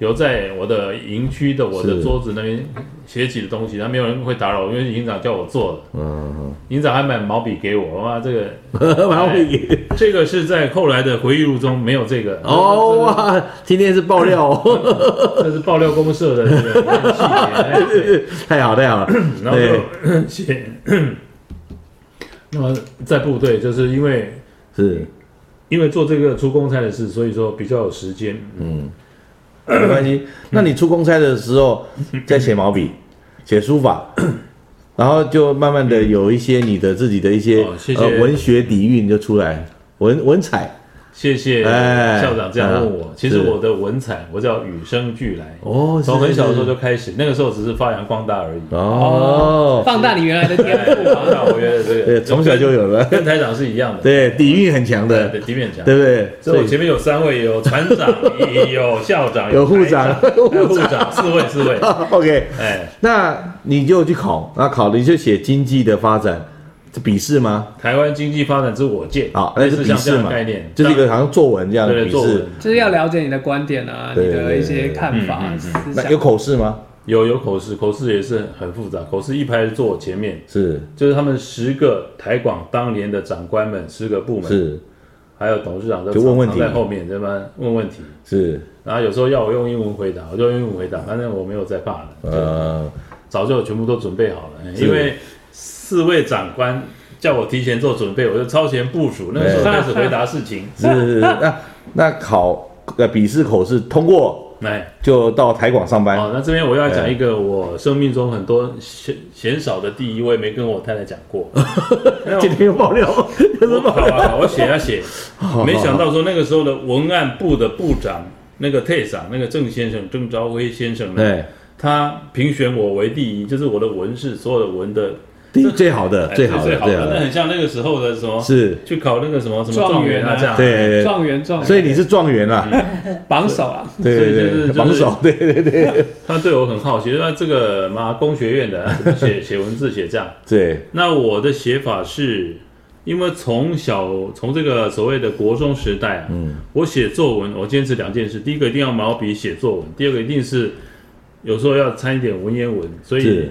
[SPEAKER 3] 留在我的营区的我的
[SPEAKER 2] 是
[SPEAKER 3] 桌子那边写几个东西，然后没有人会打扰我，因为营长叫我做的，
[SPEAKER 2] 嗯，
[SPEAKER 3] 营长还买毛笔给我，哇，这个
[SPEAKER 2] 然后 也
[SPEAKER 3] 这个是在后来的回忆录中没有这个，
[SPEAKER 2] 哦哇，今天是爆料哦，
[SPEAKER 3] 这是爆料公社的这 个细节哎。对
[SPEAKER 2] 太好太好了，
[SPEAKER 3] 然后
[SPEAKER 2] 对
[SPEAKER 3] 就写。那么在部队，就是因为
[SPEAKER 2] 是
[SPEAKER 3] 因为做这个出公差的事，所以说比较有时间。
[SPEAKER 2] 没关系。
[SPEAKER 3] 嗯
[SPEAKER 2] 那你出公差的时候在写毛笔、写书 法，然后就慢慢的有一些你的自己的一些
[SPEAKER 3] 哦谢谢
[SPEAKER 2] 呃文学底蕴就出来，文文采
[SPEAKER 3] 谢谢
[SPEAKER 2] 哎
[SPEAKER 3] 校长这样问我
[SPEAKER 2] 嗯。
[SPEAKER 3] 其实
[SPEAKER 2] 是
[SPEAKER 3] 我的文采，我叫与生俱来。
[SPEAKER 2] 哦，
[SPEAKER 3] 从很小的时候
[SPEAKER 2] 就
[SPEAKER 3] 就开始，那个时候只是发扬光大而已。
[SPEAKER 2] 哦，
[SPEAKER 1] 放大你原来的天
[SPEAKER 3] 哎
[SPEAKER 1] 赋啊！
[SPEAKER 3] 那我觉得这个
[SPEAKER 2] 对，从小就有 了，
[SPEAKER 3] 跟台长是一样的，
[SPEAKER 2] 对，底蕴很强的，
[SPEAKER 3] 对，迪勉强。
[SPEAKER 2] 对不对？
[SPEAKER 3] 所以
[SPEAKER 2] 所
[SPEAKER 3] 我
[SPEAKER 2] 以
[SPEAKER 3] 前面有三位，有船长， 有校长，
[SPEAKER 2] 有护
[SPEAKER 3] 台
[SPEAKER 2] 长
[SPEAKER 3] 长，有护长，四位，四位。
[SPEAKER 2] OK，
[SPEAKER 3] 哎，
[SPEAKER 2] 那你就去考，那考了你就写经济的发展，这笔试吗？
[SPEAKER 3] 台湾经济发展之我见
[SPEAKER 2] 好，那
[SPEAKER 3] 类
[SPEAKER 2] 是
[SPEAKER 3] 似
[SPEAKER 2] 笔
[SPEAKER 3] 像这
[SPEAKER 2] 试
[SPEAKER 3] 样
[SPEAKER 2] 嘛
[SPEAKER 3] 的概念，，
[SPEAKER 2] 就是一个好像作文这样的
[SPEAKER 3] 对
[SPEAKER 2] 笔
[SPEAKER 3] 作
[SPEAKER 2] 试
[SPEAKER 3] 文。
[SPEAKER 1] 就是要了解你的观点啊，你
[SPEAKER 2] 对
[SPEAKER 1] 的一些
[SPEAKER 2] 对
[SPEAKER 1] 看法、
[SPEAKER 3] 嗯嗯嗯
[SPEAKER 1] 思
[SPEAKER 2] 那有
[SPEAKER 1] 想。
[SPEAKER 2] 口试吗？
[SPEAKER 3] 有有口试，口试也是很复杂。口试一排坐我前面，
[SPEAKER 2] 是
[SPEAKER 3] 就是他们十个台广当年的长官们，十个部门，
[SPEAKER 2] 是
[SPEAKER 3] 还有董事长都
[SPEAKER 2] 就问问题
[SPEAKER 3] 藏在后面，对吧？问问题，
[SPEAKER 2] 是，
[SPEAKER 3] 然后有时候要我用英文回答，我就用英文回答，反正我没有在怕的，
[SPEAKER 2] 呃，
[SPEAKER 3] 早就全部都准备好了。
[SPEAKER 2] 是
[SPEAKER 3] 因为四位长官叫我提前做准备，我就超前部署，那个时候开始回答事情。
[SPEAKER 2] 是是 是。那那考呃笔试口试通过，
[SPEAKER 3] 来，
[SPEAKER 2] 就到台广上班。
[SPEAKER 3] 哦，那这边我要讲一
[SPEAKER 2] 哎
[SPEAKER 3] 个我生命中很多鲜鲜少的第一位没跟我太太讲过。 那我
[SPEAKER 2] 今天又爆料，
[SPEAKER 3] 我考啊，我写啊 写，没想到说那个时候的文案部的部长那个 T 长那个郑先生郑
[SPEAKER 2] 哎
[SPEAKER 3] 朝辉先生呢，
[SPEAKER 2] 对，
[SPEAKER 3] 他评选我为第一，就是我的文是所有的文的
[SPEAKER 2] 第一最好的，
[SPEAKER 3] 哎
[SPEAKER 2] 呃最好
[SPEAKER 3] 最
[SPEAKER 2] 的，
[SPEAKER 3] 好
[SPEAKER 2] 最
[SPEAKER 3] 的
[SPEAKER 2] 好
[SPEAKER 3] 那
[SPEAKER 2] 的，
[SPEAKER 3] 很像那个时候的什么，
[SPEAKER 2] 是，
[SPEAKER 3] 去考那个什么什么
[SPEAKER 1] 状
[SPEAKER 3] 状
[SPEAKER 1] 元
[SPEAKER 3] 元
[SPEAKER 1] 啊
[SPEAKER 3] 啊这样。
[SPEAKER 2] 对对对，
[SPEAKER 1] 状元状元，
[SPEAKER 2] 呃所以你是状元啦，
[SPEAKER 1] 榜首啊，
[SPEAKER 2] 对对
[SPEAKER 3] 嗯所以就是
[SPEAKER 2] 对，
[SPEAKER 3] 就是
[SPEAKER 2] 榜首，对对对
[SPEAKER 3] 他对我很好奇，就说这个嘛工学院的 怎么写写文字写这样？
[SPEAKER 2] 对，
[SPEAKER 3] 那我的写法是，因为从小从这个所谓的国中时代啊，
[SPEAKER 2] 嗯
[SPEAKER 3] 我写作文，我坚持两件事：第一个一定要毛笔写作文，第二个一定是有时候要掺一点文言文。所以
[SPEAKER 2] 是，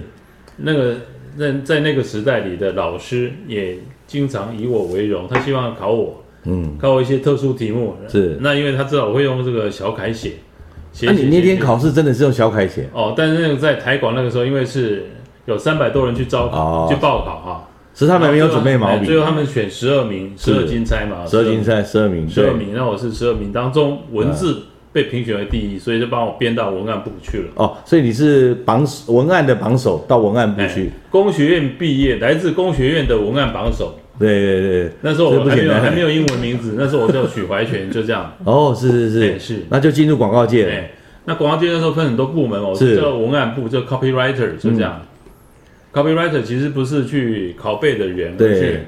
[SPEAKER 3] 那个那在那个时代里的老师也经常以我为荣，他希望考我，
[SPEAKER 2] 嗯，
[SPEAKER 3] 考我一些特殊题目。
[SPEAKER 2] 是啊
[SPEAKER 3] 那因为他知道我会用这个小楷写，写
[SPEAKER 2] 那你
[SPEAKER 3] 写
[SPEAKER 2] 那
[SPEAKER 3] 写
[SPEAKER 2] 天
[SPEAKER 3] 写
[SPEAKER 2] 考试真的是用小楷写，
[SPEAKER 3] 哦，但是那个在台广那个时候，因为是有三百多人去招、
[SPEAKER 2] 哦
[SPEAKER 3] 去报考哈、
[SPEAKER 2] 是他们没有准备毛
[SPEAKER 3] 哎
[SPEAKER 2] 笔，
[SPEAKER 3] 最后他们选十二名，十
[SPEAKER 2] 是
[SPEAKER 3] 二金钗嘛，
[SPEAKER 2] 十二金钗十二名，
[SPEAKER 3] 十二
[SPEAKER 2] 对嗯
[SPEAKER 3] 名，那我是十二名当中文字被评选为第一，所以就帮我编到文案部去了。
[SPEAKER 2] 哦，所以你是榜首文案的榜首到文案部去
[SPEAKER 3] 哎，工学院毕业，来自工学院的文案榜首。
[SPEAKER 2] 对对对对，
[SPEAKER 3] 那时候
[SPEAKER 2] 这
[SPEAKER 3] 我
[SPEAKER 2] 不
[SPEAKER 3] 还没
[SPEAKER 2] 简
[SPEAKER 3] 有
[SPEAKER 2] 单，
[SPEAKER 3] 还没有英文名字，那时候我叫许 怀全，就这样。
[SPEAKER 2] 哦，是是是
[SPEAKER 3] 哎是哎
[SPEAKER 2] 那就进入广告界了，
[SPEAKER 3] 对，那广告界那时候分很多部门哦，
[SPEAKER 2] 是嗯
[SPEAKER 3] 叫文案部，叫 copywriter，就这样。copywriter 其实不是去拷贝的人，
[SPEAKER 2] 对
[SPEAKER 3] 而是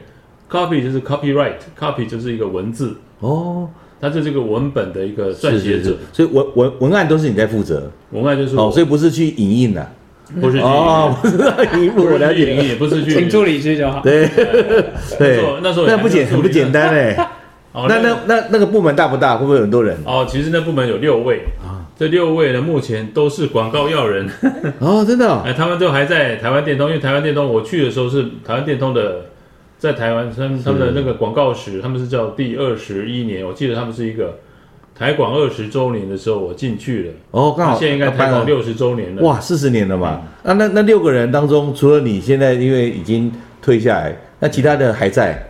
[SPEAKER 3] copy 就是 copyright，copy 就是一个文字，
[SPEAKER 2] 哦，
[SPEAKER 3] 它就是一个文本的一个撰
[SPEAKER 2] 是
[SPEAKER 3] 写
[SPEAKER 2] 是
[SPEAKER 3] 者
[SPEAKER 2] 是。，所以文文文案都是你在负责，
[SPEAKER 3] 文案就是
[SPEAKER 2] 哦，
[SPEAKER 3] 我
[SPEAKER 2] 所以不是去影印呐，
[SPEAKER 3] 不是去
[SPEAKER 2] 哦， 不是影印，
[SPEAKER 3] 不
[SPEAKER 2] 我
[SPEAKER 3] 是
[SPEAKER 2] 了
[SPEAKER 3] 去
[SPEAKER 2] 解
[SPEAKER 3] 影
[SPEAKER 2] 了
[SPEAKER 3] 印，也不是去
[SPEAKER 1] 请助理去就好。
[SPEAKER 2] 对
[SPEAKER 3] 那时
[SPEAKER 2] 对
[SPEAKER 3] 候，那时候也
[SPEAKER 2] 那
[SPEAKER 3] 还
[SPEAKER 2] 不
[SPEAKER 3] 没有
[SPEAKER 2] 简
[SPEAKER 3] 助
[SPEAKER 2] 很不
[SPEAKER 3] 理
[SPEAKER 2] 简单 哎，
[SPEAKER 3] 哦
[SPEAKER 2] 那
[SPEAKER 3] 个
[SPEAKER 2] 那那那个部门大不大？会不会有很多人？
[SPEAKER 3] 哦，其实那部门有六位啊，这六位呢，目前都是广告要人，
[SPEAKER 2] 哦，真的哦
[SPEAKER 3] 哎，他们都还在台湾电通，因为台湾电通我去的时候是台湾电通的，在台湾他们他们的那个广告史，他们是叫第二十一年，我记得他们是一个台广二十周年的时候我进去了，
[SPEAKER 2] 哦，刚
[SPEAKER 3] 那
[SPEAKER 2] 好
[SPEAKER 3] 现在应该
[SPEAKER 2] 要
[SPEAKER 3] 台
[SPEAKER 2] 搬
[SPEAKER 3] 广
[SPEAKER 2] 了。
[SPEAKER 3] 六十周年了。嗯
[SPEAKER 2] 哇，四十年了嘛。啊那那那六个人当中，除了你现在因为已经退下来，那其他的还
[SPEAKER 3] 嗯
[SPEAKER 2] 在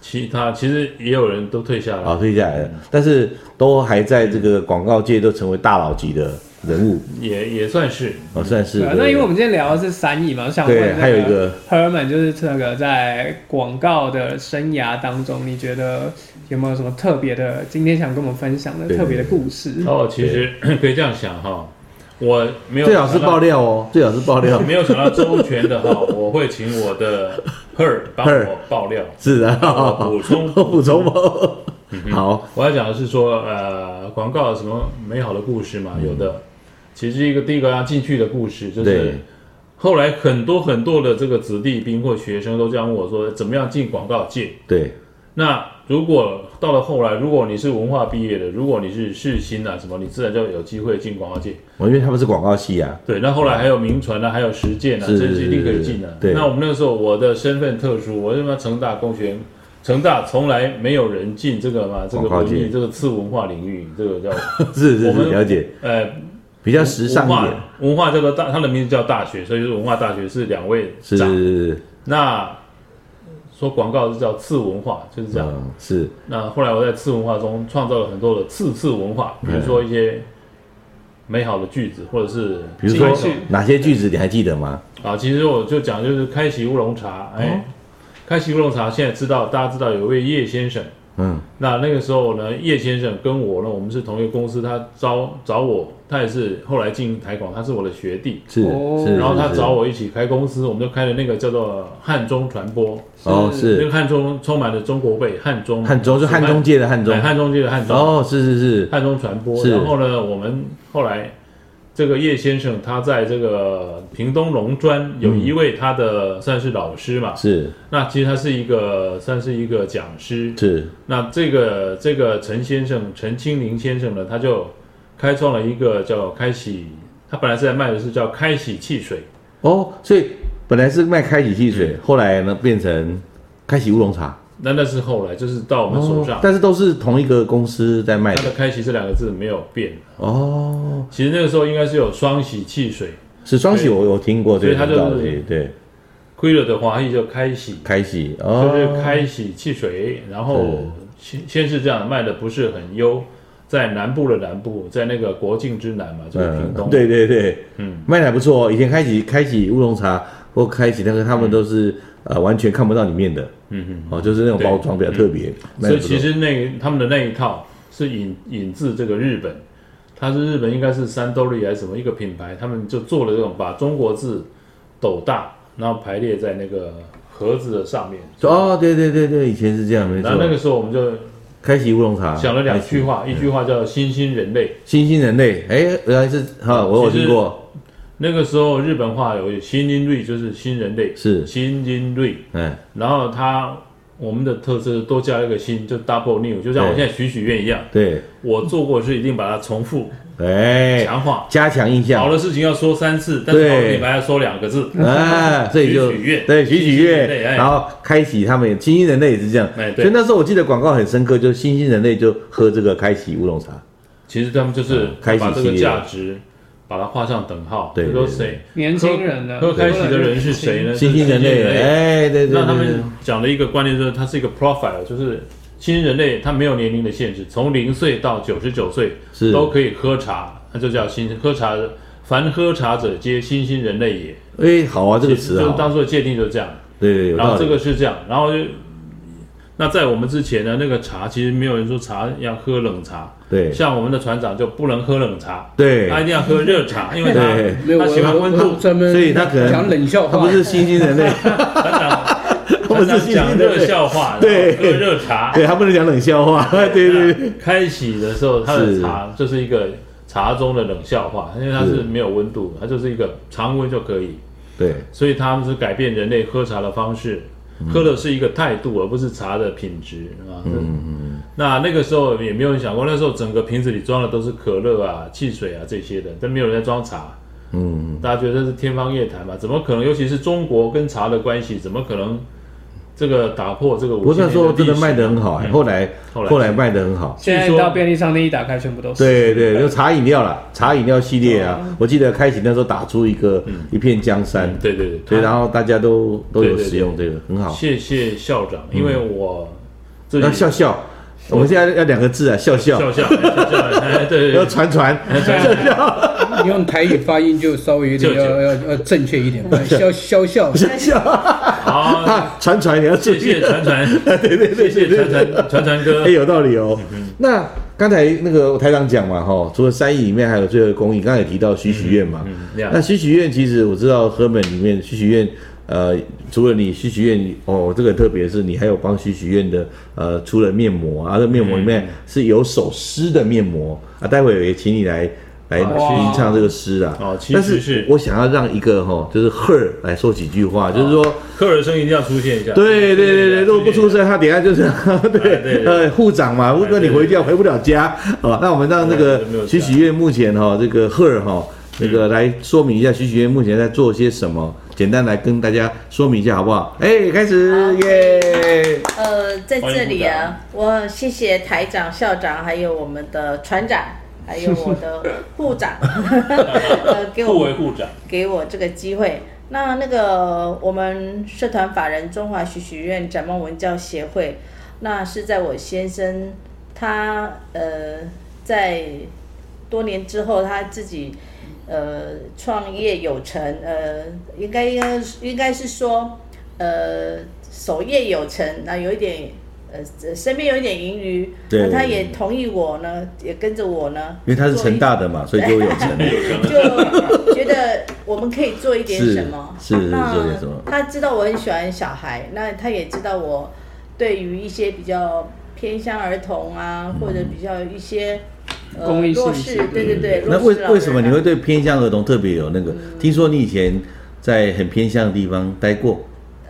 [SPEAKER 3] 其他其实也有人都退下
[SPEAKER 2] 啊，
[SPEAKER 3] 了，
[SPEAKER 2] 退下来了，但是都还在这个广告界都成为大佬级的人物，
[SPEAKER 3] 也也算是
[SPEAKER 2] 哦，算是
[SPEAKER 1] 对啊。，那因为我们今天聊的是三亿嘛，我想问
[SPEAKER 2] 对
[SPEAKER 1] 那
[SPEAKER 2] 还有一个
[SPEAKER 1] Herman，就是那个在广告的生涯当中，你觉得有没有什么特别的？今天想跟我们分享的
[SPEAKER 2] 对
[SPEAKER 1] 特别的故事？
[SPEAKER 3] 哦，其实 可以这样想哈，我没有
[SPEAKER 2] 最好是
[SPEAKER 3] 想到
[SPEAKER 2] 爆料哦，最好是爆
[SPEAKER 3] ，
[SPEAKER 2] 料
[SPEAKER 3] 没有想到周全的哈，我会请我的 her 帮
[SPEAKER 2] Her
[SPEAKER 3] 我爆料。
[SPEAKER 2] 是啊，
[SPEAKER 3] 我补 充
[SPEAKER 2] 补充哦，好，
[SPEAKER 3] 我要讲的是说，呃，广告有什么美好的故事嘛？有的，其实一个第一个要进去的故事，就是
[SPEAKER 2] 对
[SPEAKER 3] 后来很多很多的这个子弟兵或学生都这样问我说，怎么样进广告界？
[SPEAKER 2] 对，
[SPEAKER 3] 那如果到了后来，如果你是文化毕业的，如果你是世新啊什么，你自然就有机会进广告界。
[SPEAKER 2] 我因为他们是广告系啊，
[SPEAKER 3] 对，那后来还有名传啊，还有实践啊，
[SPEAKER 2] 是
[SPEAKER 3] 这些一定可以进的、
[SPEAKER 2] 对
[SPEAKER 3] 那我们那个时候我的身份特殊，我他妈成大工学院，成大从来没有人进这个嘛，这个
[SPEAKER 2] 广告
[SPEAKER 3] 文艺
[SPEAKER 2] 界
[SPEAKER 3] 这个次文化领域，这个 叫
[SPEAKER 2] 是是
[SPEAKER 3] 我
[SPEAKER 2] 是，
[SPEAKER 3] 们
[SPEAKER 2] 了解，
[SPEAKER 3] 呃
[SPEAKER 2] 比较时尚
[SPEAKER 3] 文
[SPEAKER 2] 一点
[SPEAKER 3] 化，文化叫做大，它的名字叫大学，所以就是文化大学是两位
[SPEAKER 2] 是
[SPEAKER 3] 长。
[SPEAKER 2] 是
[SPEAKER 3] 那说广告是叫次文化，就是这样。
[SPEAKER 2] 嗯是
[SPEAKER 3] 那后来我在次文化中创造了很多的次次文化，
[SPEAKER 2] 哎
[SPEAKER 3] 比如说一些美好的句子，或者是
[SPEAKER 2] 比如
[SPEAKER 3] 精
[SPEAKER 2] 说
[SPEAKER 3] 彩的
[SPEAKER 2] 哪些句子你还记得吗？
[SPEAKER 3] 啊，其实我就讲就是开禧乌龙茶，
[SPEAKER 2] 哦
[SPEAKER 3] 哎，开禧乌龙茶现在知道大家知道有一位叶先生，
[SPEAKER 2] 嗯，
[SPEAKER 3] 那那个时候呢，叶先生跟我呢，我们是同一个公司，他招找我，他也是后来进台广，他是我的学弟，
[SPEAKER 2] 是
[SPEAKER 1] 哦
[SPEAKER 2] 是，
[SPEAKER 3] 然后他
[SPEAKER 2] 是
[SPEAKER 3] 找，我一起开公司，我们就开了那个叫做汉中传播，
[SPEAKER 2] 哦
[SPEAKER 3] 那个
[SPEAKER 2] 是
[SPEAKER 3] 汉中充满了中国味，汉中
[SPEAKER 2] 汉中，就汉中界的汉中
[SPEAKER 3] 哎，汉中界的汉中，
[SPEAKER 2] 哦，是是是，
[SPEAKER 3] 汉中传播。
[SPEAKER 2] 是
[SPEAKER 3] 然后呢，我们后来这个叶先生他在这个屏东农专有一位他的算是老师嘛，
[SPEAKER 2] 是
[SPEAKER 3] 那其实他是一个算是一个讲师。
[SPEAKER 2] 是
[SPEAKER 3] 那这个这个陈先生陈清林先生呢，他就开创了一个叫开禧，他本来是在卖的是叫开禧汽水，
[SPEAKER 2] 哦，所以本来是卖开启汽
[SPEAKER 3] 嗯
[SPEAKER 2] 水，后来呢变成开启乌龙茶，哦
[SPEAKER 3] 那那是后来就是到我们手上。
[SPEAKER 2] 但是都是同一个公司在卖
[SPEAKER 3] 他
[SPEAKER 2] 的
[SPEAKER 3] 的“开禧”这两个字没有变，
[SPEAKER 2] 哦，
[SPEAKER 3] 其实那个时候应该是有双喜汽水，
[SPEAKER 2] 是双喜，我有听过这
[SPEAKER 3] 所以
[SPEAKER 2] 个
[SPEAKER 3] 它
[SPEAKER 2] 频道的，
[SPEAKER 3] 就是
[SPEAKER 2] 对对，
[SPEAKER 3] 亏了的华裔就开禧
[SPEAKER 2] 开启
[SPEAKER 3] 就是
[SPEAKER 2] 哦，
[SPEAKER 3] 开洗汽水，然后先先是这样卖的不是很优，在南部的南部，在那个国境之南嘛，就是屏东。
[SPEAKER 2] 嗯，对对对，
[SPEAKER 3] 嗯
[SPEAKER 2] 卖的还不错哦，以前开启开启乌龙茶或开启那个他们都是呃完全看不到里面的，
[SPEAKER 3] 嗯
[SPEAKER 2] 哦，就是那种
[SPEAKER 3] 对
[SPEAKER 2] 包装比较特别，
[SPEAKER 3] 嗯，
[SPEAKER 2] 卖
[SPEAKER 3] 所
[SPEAKER 2] 得
[SPEAKER 3] 以
[SPEAKER 2] 不错
[SPEAKER 3] 其实那他们的那一套是引引自这个日本，它是日本应该是三兜利还是什么一个品牌，他们就做了这种把中国字斗大，然后排列在那个盒子的上面。
[SPEAKER 2] 说哦，对对对对，以前是这样，没错
[SPEAKER 3] 然。后那个时候我们就
[SPEAKER 2] 开禧乌龙茶
[SPEAKER 3] 想了两句，
[SPEAKER 2] 嗯
[SPEAKER 3] 话，一句话叫“新兴人类
[SPEAKER 2] 新兴人类，哎，原来是哈，我有
[SPEAKER 3] 其实
[SPEAKER 2] 听过，”，
[SPEAKER 3] 那个时候日本话有“新人类”，就是新人类，
[SPEAKER 2] 是
[SPEAKER 3] 新人类。
[SPEAKER 2] 哎，
[SPEAKER 3] 然后它我们的特色多加一个新，就 double new，就像我
[SPEAKER 2] 对
[SPEAKER 3] 现在许许愿一样，
[SPEAKER 2] 对，
[SPEAKER 3] 我做过的事一定把它重复
[SPEAKER 2] 哎，
[SPEAKER 3] 强化。
[SPEAKER 2] 加强印
[SPEAKER 3] 好
[SPEAKER 2] 象，
[SPEAKER 3] 的事情要说三次，但是
[SPEAKER 2] 对
[SPEAKER 3] 好的品牌要说两 个字。
[SPEAKER 2] 啊，所以就
[SPEAKER 3] 许许愿
[SPEAKER 2] 对许许
[SPEAKER 3] 新兴人类哎
[SPEAKER 2] 愿，然后开启他们也新兴人类也是这样，
[SPEAKER 3] 哎
[SPEAKER 2] 所
[SPEAKER 3] 对
[SPEAKER 2] 以那时候我记得广告很深刻，就是新兴人类就喝这个开禧乌龙茶，
[SPEAKER 3] 其实他们就是
[SPEAKER 2] 嗯开启
[SPEAKER 3] 把这
[SPEAKER 2] 系
[SPEAKER 3] 个
[SPEAKER 2] 列
[SPEAKER 3] 价值把它画上等号，
[SPEAKER 2] 对
[SPEAKER 3] 就说
[SPEAKER 2] 对
[SPEAKER 3] 谁
[SPEAKER 1] 年轻人的
[SPEAKER 3] 喝开启的人是谁呢？？
[SPEAKER 2] 新兴人类，哎，对对对，
[SPEAKER 3] 那他
[SPEAKER 2] 对
[SPEAKER 3] 们讲的一个观念就是，它是一个 profile，就是新人类他没有年龄的限制，从零岁到九十九岁
[SPEAKER 2] 是
[SPEAKER 3] 都可以喝茶，那就叫新喝茶。凡喝茶者皆新兴人类也，
[SPEAKER 2] 哎，好啊，这个词
[SPEAKER 3] 就
[SPEAKER 2] 啊，
[SPEAKER 3] 当做界定就这样。
[SPEAKER 2] 对对，有
[SPEAKER 3] 然
[SPEAKER 2] 道
[SPEAKER 3] 后这
[SPEAKER 2] 理，
[SPEAKER 3] 个是这样，然后就那在我们之前呢，那个茶其实没有人说茶要喝冷茶，
[SPEAKER 2] 对
[SPEAKER 3] 像我们的船长就不能喝冷茶，
[SPEAKER 2] 对，
[SPEAKER 3] 他一定要喝热茶，因为
[SPEAKER 2] 对
[SPEAKER 5] 没
[SPEAKER 3] 他他
[SPEAKER 5] 有，我
[SPEAKER 3] 喜欢温度
[SPEAKER 5] 我。专门
[SPEAKER 2] 所以他可能
[SPEAKER 5] 讲冷笑
[SPEAKER 2] 他
[SPEAKER 5] 话，
[SPEAKER 2] 不是新兴人类，
[SPEAKER 3] 船长，
[SPEAKER 2] 我
[SPEAKER 3] 船
[SPEAKER 2] 们是
[SPEAKER 3] 长
[SPEAKER 2] 新兴
[SPEAKER 3] 讲
[SPEAKER 2] 人
[SPEAKER 3] 热
[SPEAKER 2] 类，
[SPEAKER 3] 笑话，
[SPEAKER 2] 对
[SPEAKER 3] 然后喝热茶，
[SPEAKER 2] 对他不能讲冷笑话，对对对，
[SPEAKER 3] 开启的时候，它的
[SPEAKER 2] 是
[SPEAKER 3] 茶就是一个茶中的冷笑话，因为它
[SPEAKER 2] 是
[SPEAKER 3] 是没有温度的，它就是一个常温就可以。
[SPEAKER 2] 对
[SPEAKER 3] 所以他们是改变人类喝茶的方式，喝的是一个态度，而不是茶的品质啊。嗯那那个时候也没有人想过，那时候整个瓶子里装的都是可乐啊、汽水啊这些的，但没有人在装茶。
[SPEAKER 2] 嗯，
[SPEAKER 3] 大家觉得这是天方夜谭嘛？怎么可能？尤其是中国跟茶的关系，怎么可能这个打破这个
[SPEAKER 2] 不
[SPEAKER 3] 五
[SPEAKER 2] 过
[SPEAKER 3] 十
[SPEAKER 2] 那
[SPEAKER 3] 年的
[SPEAKER 2] 时候真的
[SPEAKER 3] 历史
[SPEAKER 2] 卖得很好，哎
[SPEAKER 3] 嗯
[SPEAKER 2] 后来
[SPEAKER 3] 后来
[SPEAKER 2] 后来卖得很好。
[SPEAKER 1] 现在到便利商店一打开，全部都是。
[SPEAKER 2] 对 对，就茶饮料啦，茶饮料系列
[SPEAKER 3] 哦
[SPEAKER 2] 啊，我记得开启那时候打出一个一片江山，
[SPEAKER 3] 对对对，
[SPEAKER 2] 对，然后大家都都有
[SPEAKER 3] 嗯对对对
[SPEAKER 2] 使用这个，很好。
[SPEAKER 3] 谢谢校长，因为我自己
[SPEAKER 2] 啊嗯那笑笑，
[SPEAKER 3] 我
[SPEAKER 2] 我们现在要两个字啊，笑笑，
[SPEAKER 3] 笑笑笑笑， 哎对
[SPEAKER 2] 要
[SPEAKER 3] 对
[SPEAKER 2] 传传，
[SPEAKER 5] 你用台语发音就稍微有点
[SPEAKER 3] 就就
[SPEAKER 5] 要要要正确 一点，笑笑笑，
[SPEAKER 2] 笑笑，
[SPEAKER 3] 好，
[SPEAKER 2] 啊 传传你要注
[SPEAKER 3] 谢
[SPEAKER 2] 意
[SPEAKER 3] 谢，传传，
[SPEAKER 2] 对对对
[SPEAKER 3] 谢
[SPEAKER 2] 对对
[SPEAKER 3] 谢传传传传哥嗯
[SPEAKER 2] 哎，，有道理哦。那刚才那个台长讲嘛，哈，除了三艺里面还有最后公益，刚才也提到许许愿嘛，
[SPEAKER 3] 嗯，这样
[SPEAKER 2] 那许许愿其实我知道赫本里面许许愿，呃，除了你许许愿哦，这个很特别是你还有帮许许愿的呃出了面膜啊，这面膜里面是有首诗的面膜
[SPEAKER 3] 嗯
[SPEAKER 2] 啊，待会也请你来来
[SPEAKER 1] 哇
[SPEAKER 2] 吟唱这个诗啊。
[SPEAKER 3] 哦其实
[SPEAKER 2] 但
[SPEAKER 3] 是
[SPEAKER 2] 我想要让一个哈、就是 her 来说几句话，就是说。
[SPEAKER 3] 科尔声一定要出现一下，
[SPEAKER 2] 对对对对，如果不出声，他等一下就是
[SPEAKER 3] 哎对
[SPEAKER 2] 对
[SPEAKER 3] 对
[SPEAKER 2] 呃护长嘛，如
[SPEAKER 3] 对
[SPEAKER 2] 果你回家回不了家哦，那我们让那个
[SPEAKER 3] 对没有家啊嗯
[SPEAKER 2] 徐喜月目前哈这个赫尔哈那个来说明一下徐喜月目前在做些什么，简单来跟大家说明一下好不好？哎，开始
[SPEAKER 6] 好
[SPEAKER 2] 耶！
[SPEAKER 6] 呃，在
[SPEAKER 3] 欢迎
[SPEAKER 6] 这里啊，
[SPEAKER 3] 部
[SPEAKER 6] 我谢谢台长、校长，还有我们的船长，还有我 的护长，呃，给
[SPEAKER 3] 护
[SPEAKER 6] 我
[SPEAKER 3] 卫护长，
[SPEAKER 6] 给我这个机会。那那个我们社团法人中华许许愿展望文教协会，那是在我先生他呃在多年之后他自己呃创业有成，呃应该应该应该是说呃守业有成，那有一点呃身边有一点盈余，
[SPEAKER 2] 对
[SPEAKER 6] 那他也同意我呢，也跟着我呢，
[SPEAKER 2] 因为他是成大的嘛，所以就有成。
[SPEAKER 6] 就觉得我们可以做一点
[SPEAKER 2] 是
[SPEAKER 6] 什么。
[SPEAKER 2] 是是
[SPEAKER 6] 那
[SPEAKER 2] 做点什么
[SPEAKER 6] 他知道我很喜欢小孩，那他也知道我对于一些比较偏向儿童啊，
[SPEAKER 2] 嗯
[SPEAKER 6] 或者比较一些呃
[SPEAKER 1] 公益性
[SPEAKER 6] 弱
[SPEAKER 1] 质嗯
[SPEAKER 6] 势，对对对，
[SPEAKER 2] 那
[SPEAKER 6] 弱
[SPEAKER 2] 为
[SPEAKER 6] 势老
[SPEAKER 2] 为什么
[SPEAKER 6] 人
[SPEAKER 2] 你
[SPEAKER 6] 啊
[SPEAKER 2] 会对偏向儿童特别有那
[SPEAKER 6] 嗯
[SPEAKER 2] 个？听说你以前在很偏向的地方待过，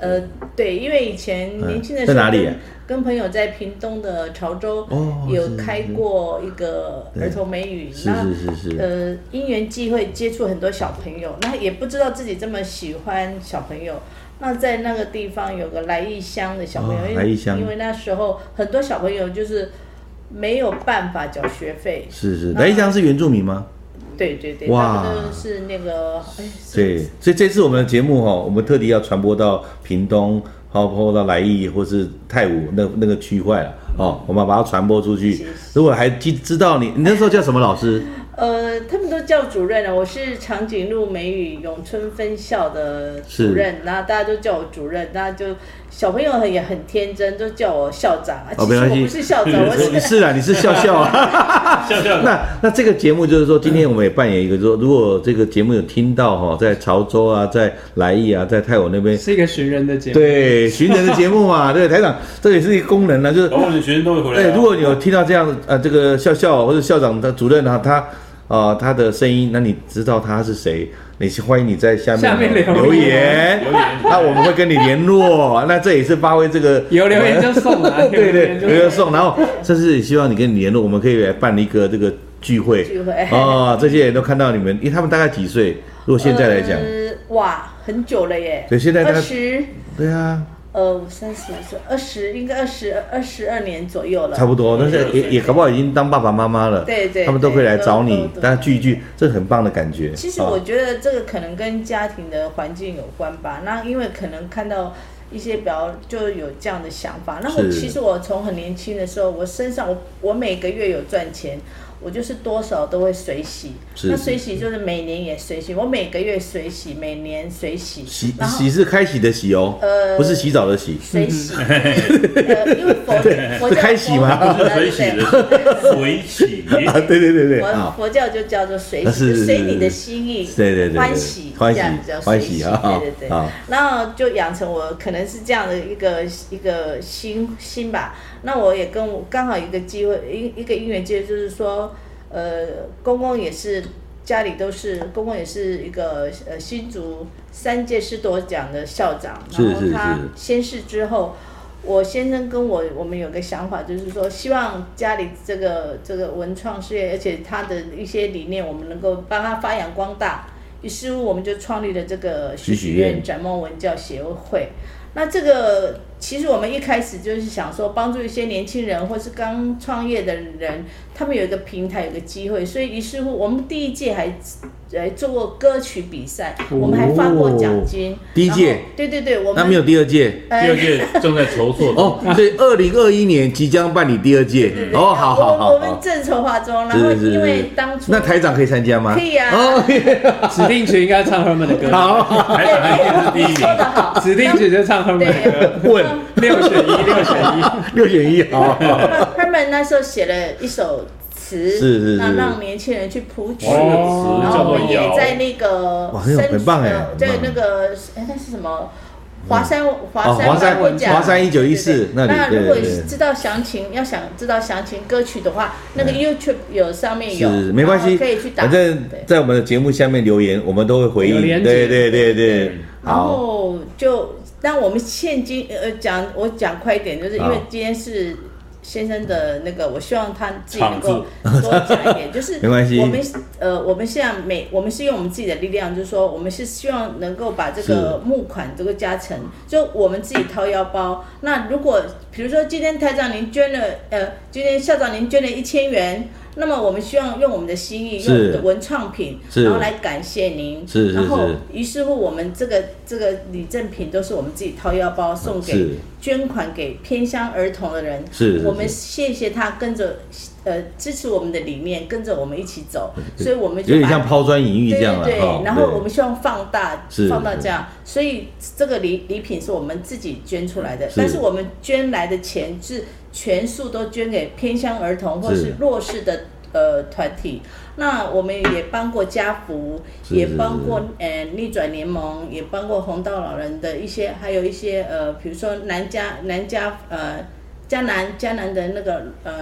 [SPEAKER 6] 呃，对，因为以前
[SPEAKER 2] 嗯
[SPEAKER 6] 年轻的
[SPEAKER 2] 在
[SPEAKER 6] 时候跟、
[SPEAKER 2] 哪里啊
[SPEAKER 6] 跟朋友在屏东的潮州、
[SPEAKER 2] 哦
[SPEAKER 6] 有
[SPEAKER 2] 是
[SPEAKER 6] 开
[SPEAKER 2] 是
[SPEAKER 6] 过一个
[SPEAKER 2] 对
[SPEAKER 6] 儿童美语，
[SPEAKER 2] 是
[SPEAKER 6] 那
[SPEAKER 2] 是是是
[SPEAKER 6] 呃，因缘际会接触很多小朋友，那也不知道自己这么喜欢小朋友。那在那个地方有个来义乡的小朋友，
[SPEAKER 2] 哦
[SPEAKER 6] 因为
[SPEAKER 2] 来义乡
[SPEAKER 6] 因为那时候很多小朋友就是没有办法缴学费，
[SPEAKER 2] 是是，
[SPEAKER 6] 那
[SPEAKER 2] 来一江是原住民吗？
[SPEAKER 6] 对对对，
[SPEAKER 2] 哇
[SPEAKER 6] 他们都是那个哎，是
[SPEAKER 2] 对，所以这次我们的节目哈、我们特地要传播到屏东，包括到来义或是泰武那那个区块了哦，我们把它传播出去
[SPEAKER 6] 是是。
[SPEAKER 2] 如果还记知道你，你那时候叫什么老师？
[SPEAKER 6] 呃，他们都教主任啊，我是长颈鹿美语永春分校的
[SPEAKER 2] 是
[SPEAKER 6] 主任，然后大家就叫我主任，大家就小朋友很也很天真，就叫我校长啊。
[SPEAKER 2] 哦没
[SPEAKER 6] 其实
[SPEAKER 2] 关
[SPEAKER 6] 我
[SPEAKER 2] 系
[SPEAKER 6] 不是校长，
[SPEAKER 2] 你
[SPEAKER 6] 我
[SPEAKER 2] 是你
[SPEAKER 6] 是
[SPEAKER 2] 是啊，你是笑笑啊。
[SPEAKER 3] 笑笑的，
[SPEAKER 2] 那那这个节目就是说，今天我们也扮演一个说，如果这个节目有听到哈，在潮州啊，在来义啊，在泰国那边，
[SPEAKER 1] 是一个寻人的节目。
[SPEAKER 2] 对寻人的节目嘛，对台长，这也是一个功能呢、啊就是
[SPEAKER 3] 然后我们的学生都会回来
[SPEAKER 2] 对，
[SPEAKER 3] 啊。
[SPEAKER 2] 哎如果你有听到这样的呃，这个校校或者校长的主任啊，他啊、呃他的声音，那你知道他是谁？你是欢迎你在下面
[SPEAKER 1] 下面留
[SPEAKER 2] 留
[SPEAKER 3] 言留言
[SPEAKER 2] 那我们会跟你联络。那这也是发挥这个，
[SPEAKER 1] 有留言就送啊
[SPEAKER 2] 对
[SPEAKER 1] 有留
[SPEAKER 2] 对，
[SPEAKER 1] 言就
[SPEAKER 2] 留言送。然后甚至希望你跟你联络，我们可以来办一个这个聚会。
[SPEAKER 6] 聚会
[SPEAKER 2] 哦，这些人都看到你们，因为他们大概几岁？如果现在来讲，
[SPEAKER 6] 呃哇，很久了耶。
[SPEAKER 2] 对现在大概
[SPEAKER 6] 二十
[SPEAKER 2] 对啊，
[SPEAKER 6] 呃三十来岁，二十应该二十二十二年左右了，
[SPEAKER 2] 差不多，但是也也搞不好已经当爸爸妈妈了。
[SPEAKER 6] 对对
[SPEAKER 2] 他们都会来找你
[SPEAKER 6] 对都，都
[SPEAKER 2] 大家聚一聚，这很棒的感觉。
[SPEAKER 6] 其实
[SPEAKER 2] 哦
[SPEAKER 6] 我觉得这个可能跟家庭的环境有关吧。那因为可能看到一些比较就有这样的想法。那我
[SPEAKER 2] 是
[SPEAKER 6] 其实我从很年轻的时候，我身上我我每个月有赚钱，我就是多少都会随喜。
[SPEAKER 2] 是
[SPEAKER 6] 那随喜就是每年也随喜，我每个月随喜，每年随喜，
[SPEAKER 2] 洗
[SPEAKER 6] 然后
[SPEAKER 2] 洗是开洗的洗哦，
[SPEAKER 6] 呃
[SPEAKER 2] 不是洗澡的洗，
[SPEAKER 6] 随喜，
[SPEAKER 2] 嗯
[SPEAKER 6] 呃，因为佛佛
[SPEAKER 2] 是
[SPEAKER 6] 教
[SPEAKER 2] 开喜吗
[SPEAKER 6] 佛
[SPEAKER 3] 不是水洗
[SPEAKER 6] 对对
[SPEAKER 3] 的是水洗，
[SPEAKER 2] 啊，对对对对
[SPEAKER 6] 佛
[SPEAKER 2] 啊，
[SPEAKER 6] 佛教就叫做随
[SPEAKER 2] 啊
[SPEAKER 6] 喜，
[SPEAKER 2] 是
[SPEAKER 6] 就是随
[SPEAKER 2] 是
[SPEAKER 6] 你
[SPEAKER 2] 是
[SPEAKER 6] 的心意，
[SPEAKER 2] 对对对对
[SPEAKER 6] 欢喜，
[SPEAKER 2] 欢喜
[SPEAKER 6] 这样叫
[SPEAKER 2] 欢
[SPEAKER 6] 随
[SPEAKER 2] 喜
[SPEAKER 6] 喜，
[SPEAKER 2] 啊
[SPEAKER 6] 对对
[SPEAKER 2] 啊
[SPEAKER 6] 对。然后就养成我可能是这样的一个一个心心吧。那我也跟我刚好一个机会，一一个因缘机会，就是说，呃，公公也是。家里都是公公，也是一个呃新竹三届师铎奖的校长，
[SPEAKER 2] 是
[SPEAKER 6] 然后
[SPEAKER 2] 是
[SPEAKER 6] 他
[SPEAKER 2] 是
[SPEAKER 6] 先逝之后，我先生跟我，我们有个想法，就是说，希望家里这个这个文创事业，而且他的一些理念，我们能够帮他发扬光大。于是乎，我们就创立了这个
[SPEAKER 2] 许
[SPEAKER 6] 许
[SPEAKER 2] 许
[SPEAKER 6] 许
[SPEAKER 2] 愿
[SPEAKER 6] 愿展望文教协会。那这个其实我们一开始就是想说，帮助一些年轻人或是刚创业的人，他们有一个平台，有个机会。所以，于是乎，我们第一届还呃做过歌曲比赛，我们还发过奖金。
[SPEAKER 2] 哦第一届
[SPEAKER 6] 然后？对对对，我们
[SPEAKER 2] 那没有第二届
[SPEAKER 3] 第二届正在筹措中。
[SPEAKER 2] 哦，
[SPEAKER 6] 啊
[SPEAKER 2] 所以二零二一年即将办理第二届哦，好好
[SPEAKER 6] 我
[SPEAKER 2] 好
[SPEAKER 6] 们我们
[SPEAKER 2] 好，
[SPEAKER 6] 正筹划中，然
[SPEAKER 2] 是
[SPEAKER 6] 后
[SPEAKER 2] 是是
[SPEAKER 6] 因为
[SPEAKER 2] 是
[SPEAKER 6] 当初
[SPEAKER 2] 那台长可以参加吗？
[SPEAKER 6] 可以啊
[SPEAKER 2] 哦，
[SPEAKER 1] 指定曲应该唱 Herman 的歌，
[SPEAKER 2] 好，
[SPEAKER 3] 台长还是第一名，
[SPEAKER 6] 说的好，
[SPEAKER 1] 指定曲就唱 Herman 的歌，
[SPEAKER 2] 问
[SPEAKER 1] 六选一，六选一。
[SPEAKER 2] 六选一，哦好，好
[SPEAKER 6] 那 Herman 那时候写了一首词，
[SPEAKER 2] 是是是
[SPEAKER 6] 那让年轻人去谱
[SPEAKER 3] 这
[SPEAKER 6] 曲。
[SPEAKER 3] 个
[SPEAKER 1] 哦
[SPEAKER 6] 然
[SPEAKER 3] 词
[SPEAKER 6] 后
[SPEAKER 3] 叫
[SPEAKER 6] 我
[SPEAKER 3] 做
[SPEAKER 6] 们也
[SPEAKER 3] 摇，
[SPEAKER 6] 在那个
[SPEAKER 2] 哇很有
[SPEAKER 6] 深
[SPEAKER 2] 很棒哎
[SPEAKER 6] 呃
[SPEAKER 2] 很
[SPEAKER 6] 对
[SPEAKER 2] 棒嗯
[SPEAKER 6] 那个哎那是什么？华山华
[SPEAKER 2] 哦
[SPEAKER 6] 山
[SPEAKER 2] 华山
[SPEAKER 6] 文化奖
[SPEAKER 2] 华山1914
[SPEAKER 6] 对对
[SPEAKER 2] 那里
[SPEAKER 6] 那
[SPEAKER 2] 对
[SPEAKER 6] 如果
[SPEAKER 2] 对对
[SPEAKER 6] 知道详情，要想知道详情歌曲的话，那个 YouTube 有上面有，
[SPEAKER 2] 嗯是没关
[SPEAKER 6] 然
[SPEAKER 2] 系
[SPEAKER 6] 后可以去，打。
[SPEAKER 2] 反正
[SPEAKER 6] 对
[SPEAKER 2] 在我们的节目下面留言，我们都会回应
[SPEAKER 1] 有，连
[SPEAKER 2] 对
[SPEAKER 1] 结
[SPEAKER 2] 对对对，
[SPEAKER 6] 然
[SPEAKER 2] 好，
[SPEAKER 6] 后就，但我们现今呃讲，我讲快一点，就是因为今天是先生的那个，我希望他自己能够多讲一点，就是
[SPEAKER 2] 没关系
[SPEAKER 6] 我们呃，我们现在每我们是用我们自己的力量，就是说我们是希望能够把这个募款这个加成，就我们自己掏腰包。那如果比如说今天台长您捐了，呃，今天校长您捐了一千元。那么我们希望用我们的心意，
[SPEAKER 2] 是
[SPEAKER 6] 用我们的文创品，
[SPEAKER 2] 是
[SPEAKER 6] 然后来感谢您。
[SPEAKER 2] 是是
[SPEAKER 6] 然后
[SPEAKER 2] 是
[SPEAKER 6] 于是乎，我们这个这个礼赠品都是我们自己掏腰包送
[SPEAKER 2] 啊是
[SPEAKER 6] 给捐款给偏乡儿童的人。
[SPEAKER 2] 是是
[SPEAKER 6] 我们
[SPEAKER 2] 是
[SPEAKER 6] 谢谢他跟着呃支持我们的理念，跟着我们一起走，所以我们就
[SPEAKER 2] 有点
[SPEAKER 6] 把
[SPEAKER 2] 像抛砖引玉
[SPEAKER 6] 对
[SPEAKER 2] 这样
[SPEAKER 6] 对
[SPEAKER 2] 了
[SPEAKER 6] 对，
[SPEAKER 2] 啊哈。
[SPEAKER 6] 然后
[SPEAKER 2] 对
[SPEAKER 6] 我们希望放大
[SPEAKER 2] 是
[SPEAKER 6] 放到这样，所以这个礼礼品是我们自己捐出来的，
[SPEAKER 2] 是
[SPEAKER 6] 但是我们捐来的钱是全数都捐给偏乡儿童或
[SPEAKER 2] 是
[SPEAKER 6] 是弱势的呃团体。那我们也帮过家福，
[SPEAKER 2] 是
[SPEAKER 6] 也
[SPEAKER 2] 是
[SPEAKER 6] 帮
[SPEAKER 2] 是
[SPEAKER 6] 过呃逆转联盟，也帮过红道老人的一些，还有一些呃，比如说南家南家呃迦南迦南的那个呃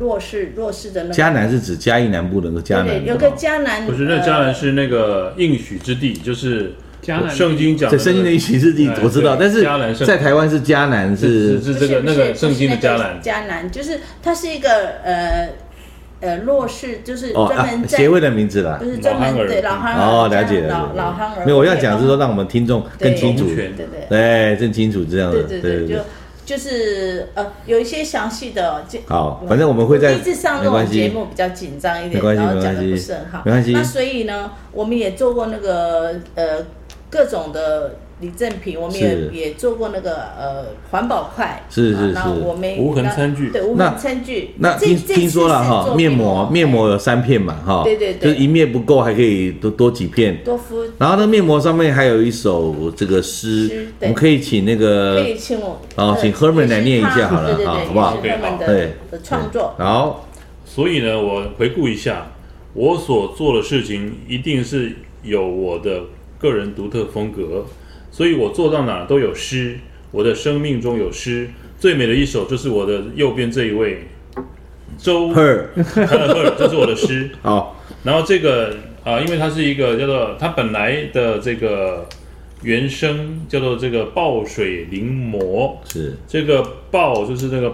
[SPEAKER 6] 弱势弱势的那个
[SPEAKER 2] 迦南是指嘉义南部的那个迦南
[SPEAKER 6] 对，有个
[SPEAKER 2] 哦
[SPEAKER 6] 迦南
[SPEAKER 3] 不是那
[SPEAKER 6] 呃
[SPEAKER 3] 迦南是那个应许之地，就是
[SPEAKER 1] 迦南
[SPEAKER 3] 圣经讲
[SPEAKER 2] 在
[SPEAKER 3] 的
[SPEAKER 2] 圣经的一起是地
[SPEAKER 3] 哎，
[SPEAKER 2] 我知道，
[SPEAKER 3] 对
[SPEAKER 2] 但是
[SPEAKER 3] 迦南圣
[SPEAKER 2] 在台湾是迦南
[SPEAKER 3] 是
[SPEAKER 2] 是
[SPEAKER 3] 是
[SPEAKER 6] 不
[SPEAKER 3] 这
[SPEAKER 6] 是
[SPEAKER 3] 个
[SPEAKER 6] 不
[SPEAKER 3] 那
[SPEAKER 6] 是
[SPEAKER 3] 个
[SPEAKER 6] 不
[SPEAKER 3] 圣
[SPEAKER 6] 是
[SPEAKER 3] 经的
[SPEAKER 6] 那个
[SPEAKER 3] 迦南，
[SPEAKER 6] 迦南就是它是一个呃呃弱势，就是
[SPEAKER 2] 哦
[SPEAKER 6] 专
[SPEAKER 2] 啊
[SPEAKER 6] 门在、
[SPEAKER 2] 协会的名字啦
[SPEAKER 6] 不。是专门
[SPEAKER 3] 老憨儿
[SPEAKER 6] 对老憨儿
[SPEAKER 2] 哦，了解
[SPEAKER 6] 这样
[SPEAKER 2] 了
[SPEAKER 6] 老
[SPEAKER 2] 解。
[SPEAKER 6] 老憨儿。
[SPEAKER 2] 没有，我要讲是说让我们听众更清楚嗯
[SPEAKER 3] 龙，泉
[SPEAKER 6] 对对
[SPEAKER 2] 对，更清楚这样的。
[SPEAKER 6] 对对对，就就是呃有一些详细的哦，这
[SPEAKER 2] 好，反正我们会在
[SPEAKER 6] 第一次上
[SPEAKER 2] 没
[SPEAKER 6] 这
[SPEAKER 2] 关
[SPEAKER 6] 种节
[SPEAKER 2] 系，
[SPEAKER 6] 目比较紧张一
[SPEAKER 2] 没
[SPEAKER 6] 点，
[SPEAKER 2] 关系
[SPEAKER 6] 然后讲
[SPEAKER 2] 没
[SPEAKER 6] 的
[SPEAKER 2] 关系
[SPEAKER 6] 不是很好，
[SPEAKER 2] 没关系
[SPEAKER 6] 那所以呢，我们也做过那个呃各种的李正平，我们
[SPEAKER 2] 是
[SPEAKER 6] 也也做过那个呃环保块，
[SPEAKER 2] 是是
[SPEAKER 6] 啊那
[SPEAKER 2] 是
[SPEAKER 6] 我们
[SPEAKER 3] 无痕餐具
[SPEAKER 6] 对无
[SPEAKER 2] 那
[SPEAKER 6] 痕餐具，
[SPEAKER 2] 那
[SPEAKER 6] 这
[SPEAKER 2] 听
[SPEAKER 6] 这
[SPEAKER 2] 听说
[SPEAKER 6] 次
[SPEAKER 2] 了
[SPEAKER 6] 是
[SPEAKER 2] 哈，
[SPEAKER 6] 做
[SPEAKER 2] 面膜面膜有三片嘛哈，
[SPEAKER 6] 对对对
[SPEAKER 2] 就是一面不够，还可以多多几片。
[SPEAKER 6] 多敷，
[SPEAKER 2] 然后呢，面膜上面还有一首这个诗
[SPEAKER 6] 诗，
[SPEAKER 2] 我
[SPEAKER 6] 对
[SPEAKER 2] 们可以请那
[SPEAKER 6] 可
[SPEAKER 2] 个
[SPEAKER 6] 以请我
[SPEAKER 2] 哦
[SPEAKER 6] 呃
[SPEAKER 2] 请 Herman
[SPEAKER 6] 也是
[SPEAKER 2] 来念一下
[SPEAKER 6] 他
[SPEAKER 2] 好了
[SPEAKER 6] 对对
[SPEAKER 2] 啊
[SPEAKER 6] 对，
[SPEAKER 2] 好不好
[SPEAKER 6] 也是
[SPEAKER 3] OK，
[SPEAKER 6] 他们的
[SPEAKER 2] 对
[SPEAKER 6] 的创作，
[SPEAKER 2] 好，
[SPEAKER 3] 所以呢，我回顾一下，我所做的事情一定是有我的个人独特风格，所以我做到哪都有诗，我的生命中有诗。最美的一首就是我的右边这一位，周
[SPEAKER 2] 赫尔，
[SPEAKER 3] 他的赫尔，这是我的诗。
[SPEAKER 2] 好，
[SPEAKER 3] 然后这个啊、因为它是一个叫做它本来的这个原声叫做这个爆水临摹，
[SPEAKER 2] 是
[SPEAKER 3] 这个爆就是这个，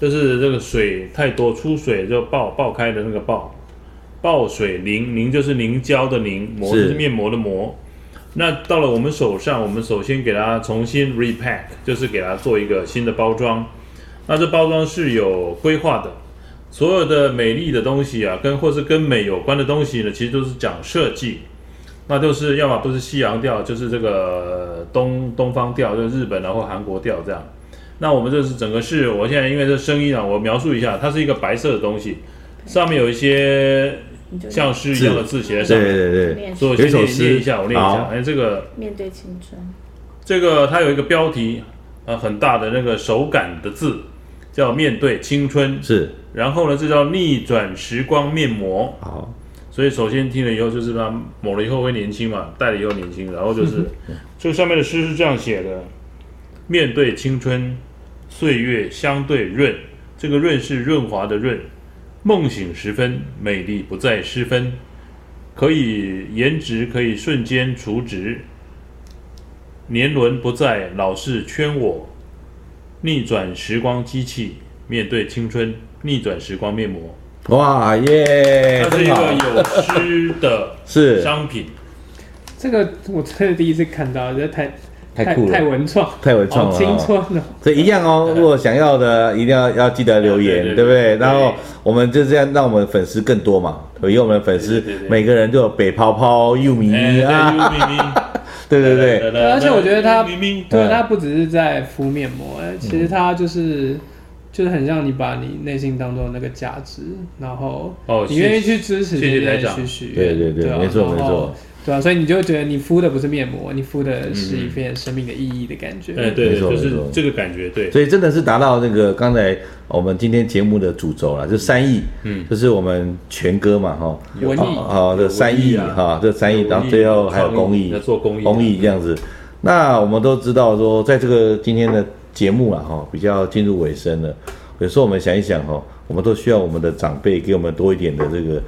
[SPEAKER 3] 就是这个水太多出水就爆爆开的那个爆，爆水凝凝就是凝胶的凝，膜
[SPEAKER 2] 是
[SPEAKER 3] 就是面膜的膜。那到了我们手上，我们首先给它重新 repack，就是给它做一个新的包装。那这包装是有规划的，所有的美丽的东西啊，跟或是跟美有关的东西呢，其实都是讲设计。那就是要么不是西洋调，就是这个呃东东方调，就是日本然后韩国调这样。那我们这是整个是，我现在因为这声音啊，我描述一下，它是一个白色的东西，上面有一些
[SPEAKER 6] 你就
[SPEAKER 3] 像诗一样的字写在上
[SPEAKER 2] 对
[SPEAKER 3] 面。
[SPEAKER 2] 对对对，
[SPEAKER 6] 念
[SPEAKER 3] 所以我
[SPEAKER 2] 有一
[SPEAKER 3] 先
[SPEAKER 2] 首
[SPEAKER 3] 念念一
[SPEAKER 2] 诗
[SPEAKER 3] 下，我念一下
[SPEAKER 2] 好。
[SPEAKER 3] 哎，这个
[SPEAKER 6] 面对青春，
[SPEAKER 3] 这个它有一个标题，呃，很大的那个手感的字，叫面对青春。
[SPEAKER 2] 是
[SPEAKER 3] 然后呢，这叫逆转时光面膜。
[SPEAKER 2] 好，
[SPEAKER 3] 所以首先听了以后就是它抹了以后会年轻嘛，戴了以后年轻，然后就是这个上面的诗是这样写的：面对青春，岁月相对润，这个润是润滑的润，梦醒时分，美丽不再失分，可以颜值可以瞬间除值，年轮不再老是圈我，逆转时光机器，面对青春，逆转时光面膜。
[SPEAKER 2] 哇耶，
[SPEAKER 3] 它是一
[SPEAKER 2] 真
[SPEAKER 3] 个
[SPEAKER 2] 好，
[SPEAKER 3] 有诗的
[SPEAKER 2] 是
[SPEAKER 3] 商品，
[SPEAKER 1] 这个我真的第一次看到，觉得太
[SPEAKER 2] 太
[SPEAKER 1] 太
[SPEAKER 2] 酷了
[SPEAKER 1] 太文创，
[SPEAKER 2] 太文创了
[SPEAKER 1] 好
[SPEAKER 2] 哦
[SPEAKER 1] 青春哦。
[SPEAKER 2] 所以一样哦。如果想要的，一定要要记得留言，
[SPEAKER 3] 对对对
[SPEAKER 2] 对不对？
[SPEAKER 3] 对
[SPEAKER 2] 然后我们就这样，让我们粉丝更多嘛，因为我们粉丝
[SPEAKER 3] 对对对对
[SPEAKER 2] 每个人都有北泡泡、玉米
[SPEAKER 3] 哎，
[SPEAKER 2] 啊，对 对
[SPEAKER 3] 对
[SPEAKER 2] 对，
[SPEAKER 1] 而且我觉得它
[SPEAKER 3] 明明
[SPEAKER 1] 对，啊
[SPEAKER 2] 嗯
[SPEAKER 1] 它不只是在敷面膜，哎其实它就是、就是很像你把你内心当中那个价值，然后
[SPEAKER 3] 哦
[SPEAKER 1] 你愿意去支持
[SPEAKER 3] 谢谢
[SPEAKER 1] 别人
[SPEAKER 3] 台长
[SPEAKER 1] 去许愿，
[SPEAKER 2] 对对对
[SPEAKER 1] 啊
[SPEAKER 2] 没错没。
[SPEAKER 1] 然后
[SPEAKER 2] 错
[SPEAKER 1] 对啊，所以你就觉得你敷的不是面膜，你敷的是一片生命的意义的感觉。
[SPEAKER 3] 哎，对
[SPEAKER 2] 没
[SPEAKER 3] 对，
[SPEAKER 2] 错
[SPEAKER 3] 就是
[SPEAKER 2] 没错
[SPEAKER 3] 这个感觉，对，
[SPEAKER 2] 所以真的是达到那个刚才我们今天节目的主轴了，就三亿，嗯，就是我们全歌嘛，哈，
[SPEAKER 1] 文艺
[SPEAKER 2] 啊，这三亿
[SPEAKER 3] 有文艺啊
[SPEAKER 2] 哈，这三亿，
[SPEAKER 3] 有
[SPEAKER 2] 然后
[SPEAKER 3] 文艺
[SPEAKER 2] 最后还有
[SPEAKER 3] 有
[SPEAKER 2] 公
[SPEAKER 3] 创意
[SPEAKER 2] 益
[SPEAKER 3] 要，做公益啊
[SPEAKER 2] 公益这样子。那我们都知道说，在这个今天的节目啊，哈，比较进入尾声了。有时候我们想一想哈，我们都需要我们的长辈给我们多一点的这个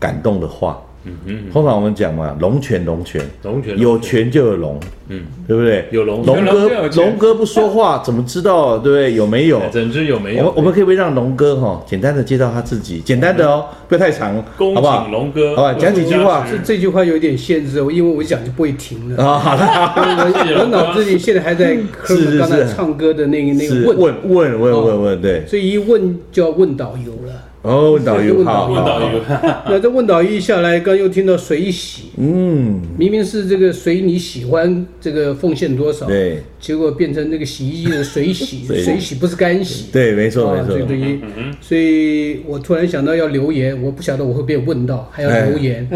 [SPEAKER 2] 感动的话。嗯嗯。通常我们讲嘛，龙泉龙泉，
[SPEAKER 3] 龙泉
[SPEAKER 2] 有权就有龙，嗯，对不对？
[SPEAKER 3] 有龙
[SPEAKER 2] 龙
[SPEAKER 1] 有龙就有
[SPEAKER 2] 哥，
[SPEAKER 1] 权
[SPEAKER 2] 龙哥不说话，怎么知道对不对？有没有？
[SPEAKER 3] 哎整只有没
[SPEAKER 2] 我们
[SPEAKER 3] 有？
[SPEAKER 2] 我们可不可以让龙哥哈、简单的介绍他自己，简单的哦，不要太长，
[SPEAKER 3] 恭
[SPEAKER 2] 好不好
[SPEAKER 3] 请？龙哥，
[SPEAKER 2] 好吧讲几句话
[SPEAKER 5] 这这句话有点限制，我因为我讲就不会停了。
[SPEAKER 2] 啊，好的，
[SPEAKER 5] 我我脑子里现在还在
[SPEAKER 2] 是是是
[SPEAKER 5] Herman 刚才唱歌的那个那
[SPEAKER 2] 是
[SPEAKER 5] 个
[SPEAKER 2] 问
[SPEAKER 5] 问，
[SPEAKER 2] 问问问问，对，
[SPEAKER 5] 所以一问就要问导游 了。
[SPEAKER 2] 哦，问导游，
[SPEAKER 5] 问
[SPEAKER 2] 好，
[SPEAKER 3] 问
[SPEAKER 2] 好
[SPEAKER 3] 到一，个，
[SPEAKER 2] 啊
[SPEAKER 5] 那这问导游一下来，刚又听到水洗，
[SPEAKER 2] 嗯，
[SPEAKER 5] 明明是这个水你喜欢这个奉献多少，
[SPEAKER 2] 对
[SPEAKER 5] 结果变成那个洗衣机的水 洗，
[SPEAKER 2] 水洗
[SPEAKER 5] 水洗不是干洗。
[SPEAKER 2] 对，没错
[SPEAKER 5] 啊
[SPEAKER 2] 没，
[SPEAKER 5] 这个
[SPEAKER 2] 错
[SPEAKER 5] 东，西，
[SPEAKER 2] 嗯
[SPEAKER 5] 所以我突然想到要留言，我不晓得我会被问到，
[SPEAKER 2] 哎
[SPEAKER 5] 还要留言。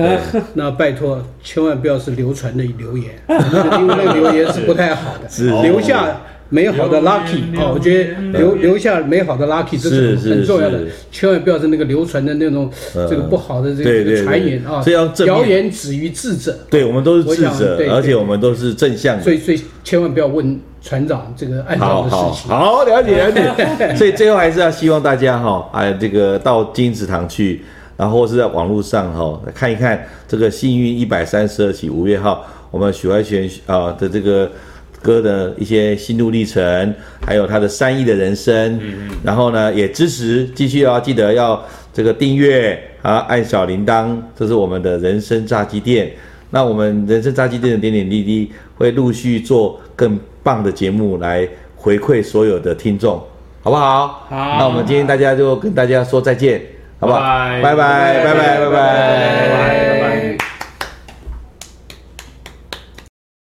[SPEAKER 5] 那拜托，千万不要是流传的 留言，因为那个留言是不太好的，
[SPEAKER 2] 是哦
[SPEAKER 5] 留下美好的 lucky
[SPEAKER 3] 留言
[SPEAKER 5] 哦，我觉得留留下美好的 lucky 这是
[SPEAKER 2] 是是
[SPEAKER 5] 很重要的
[SPEAKER 2] 是，
[SPEAKER 5] 千万不要是那个流传的那种
[SPEAKER 2] 嗯
[SPEAKER 5] 这个不好的这
[SPEAKER 2] 对
[SPEAKER 5] 个这
[SPEAKER 2] 对
[SPEAKER 5] 个传言啊
[SPEAKER 2] 对所以要，正面
[SPEAKER 5] 谣言止于智者。
[SPEAKER 2] 对我们都是智
[SPEAKER 5] 我想对
[SPEAKER 2] 者，
[SPEAKER 5] 对
[SPEAKER 2] 而且我们都是正向
[SPEAKER 5] 所
[SPEAKER 2] 的。
[SPEAKER 5] 以，所以千万不要问船长这个暗
[SPEAKER 2] 好
[SPEAKER 5] 藏的
[SPEAKER 2] 好
[SPEAKER 5] 事情。
[SPEAKER 2] 好，了解 了解。所以最后还是要希望大家哈，哎，这个到金石堂去，然后或是在网络上哈看一看这个幸运一百三十二期五月号我们许怀全啊的这个歌的一些心路历程，还有他的善意的人生。嗯嗯。然后呢，也支持继续要记得要这个订阅啊，按小铃铛，这是我们的人生炸鸡店。那我们人生炸鸡店的点点滴滴会陆续做更棒的节目来回馈所有的听众，好不好？
[SPEAKER 1] 好
[SPEAKER 2] 那我们今天大家就跟大家说再见，好不好？
[SPEAKER 3] 拜
[SPEAKER 2] 拜拜拜拜拜拜。
[SPEAKER 3] 拜拜。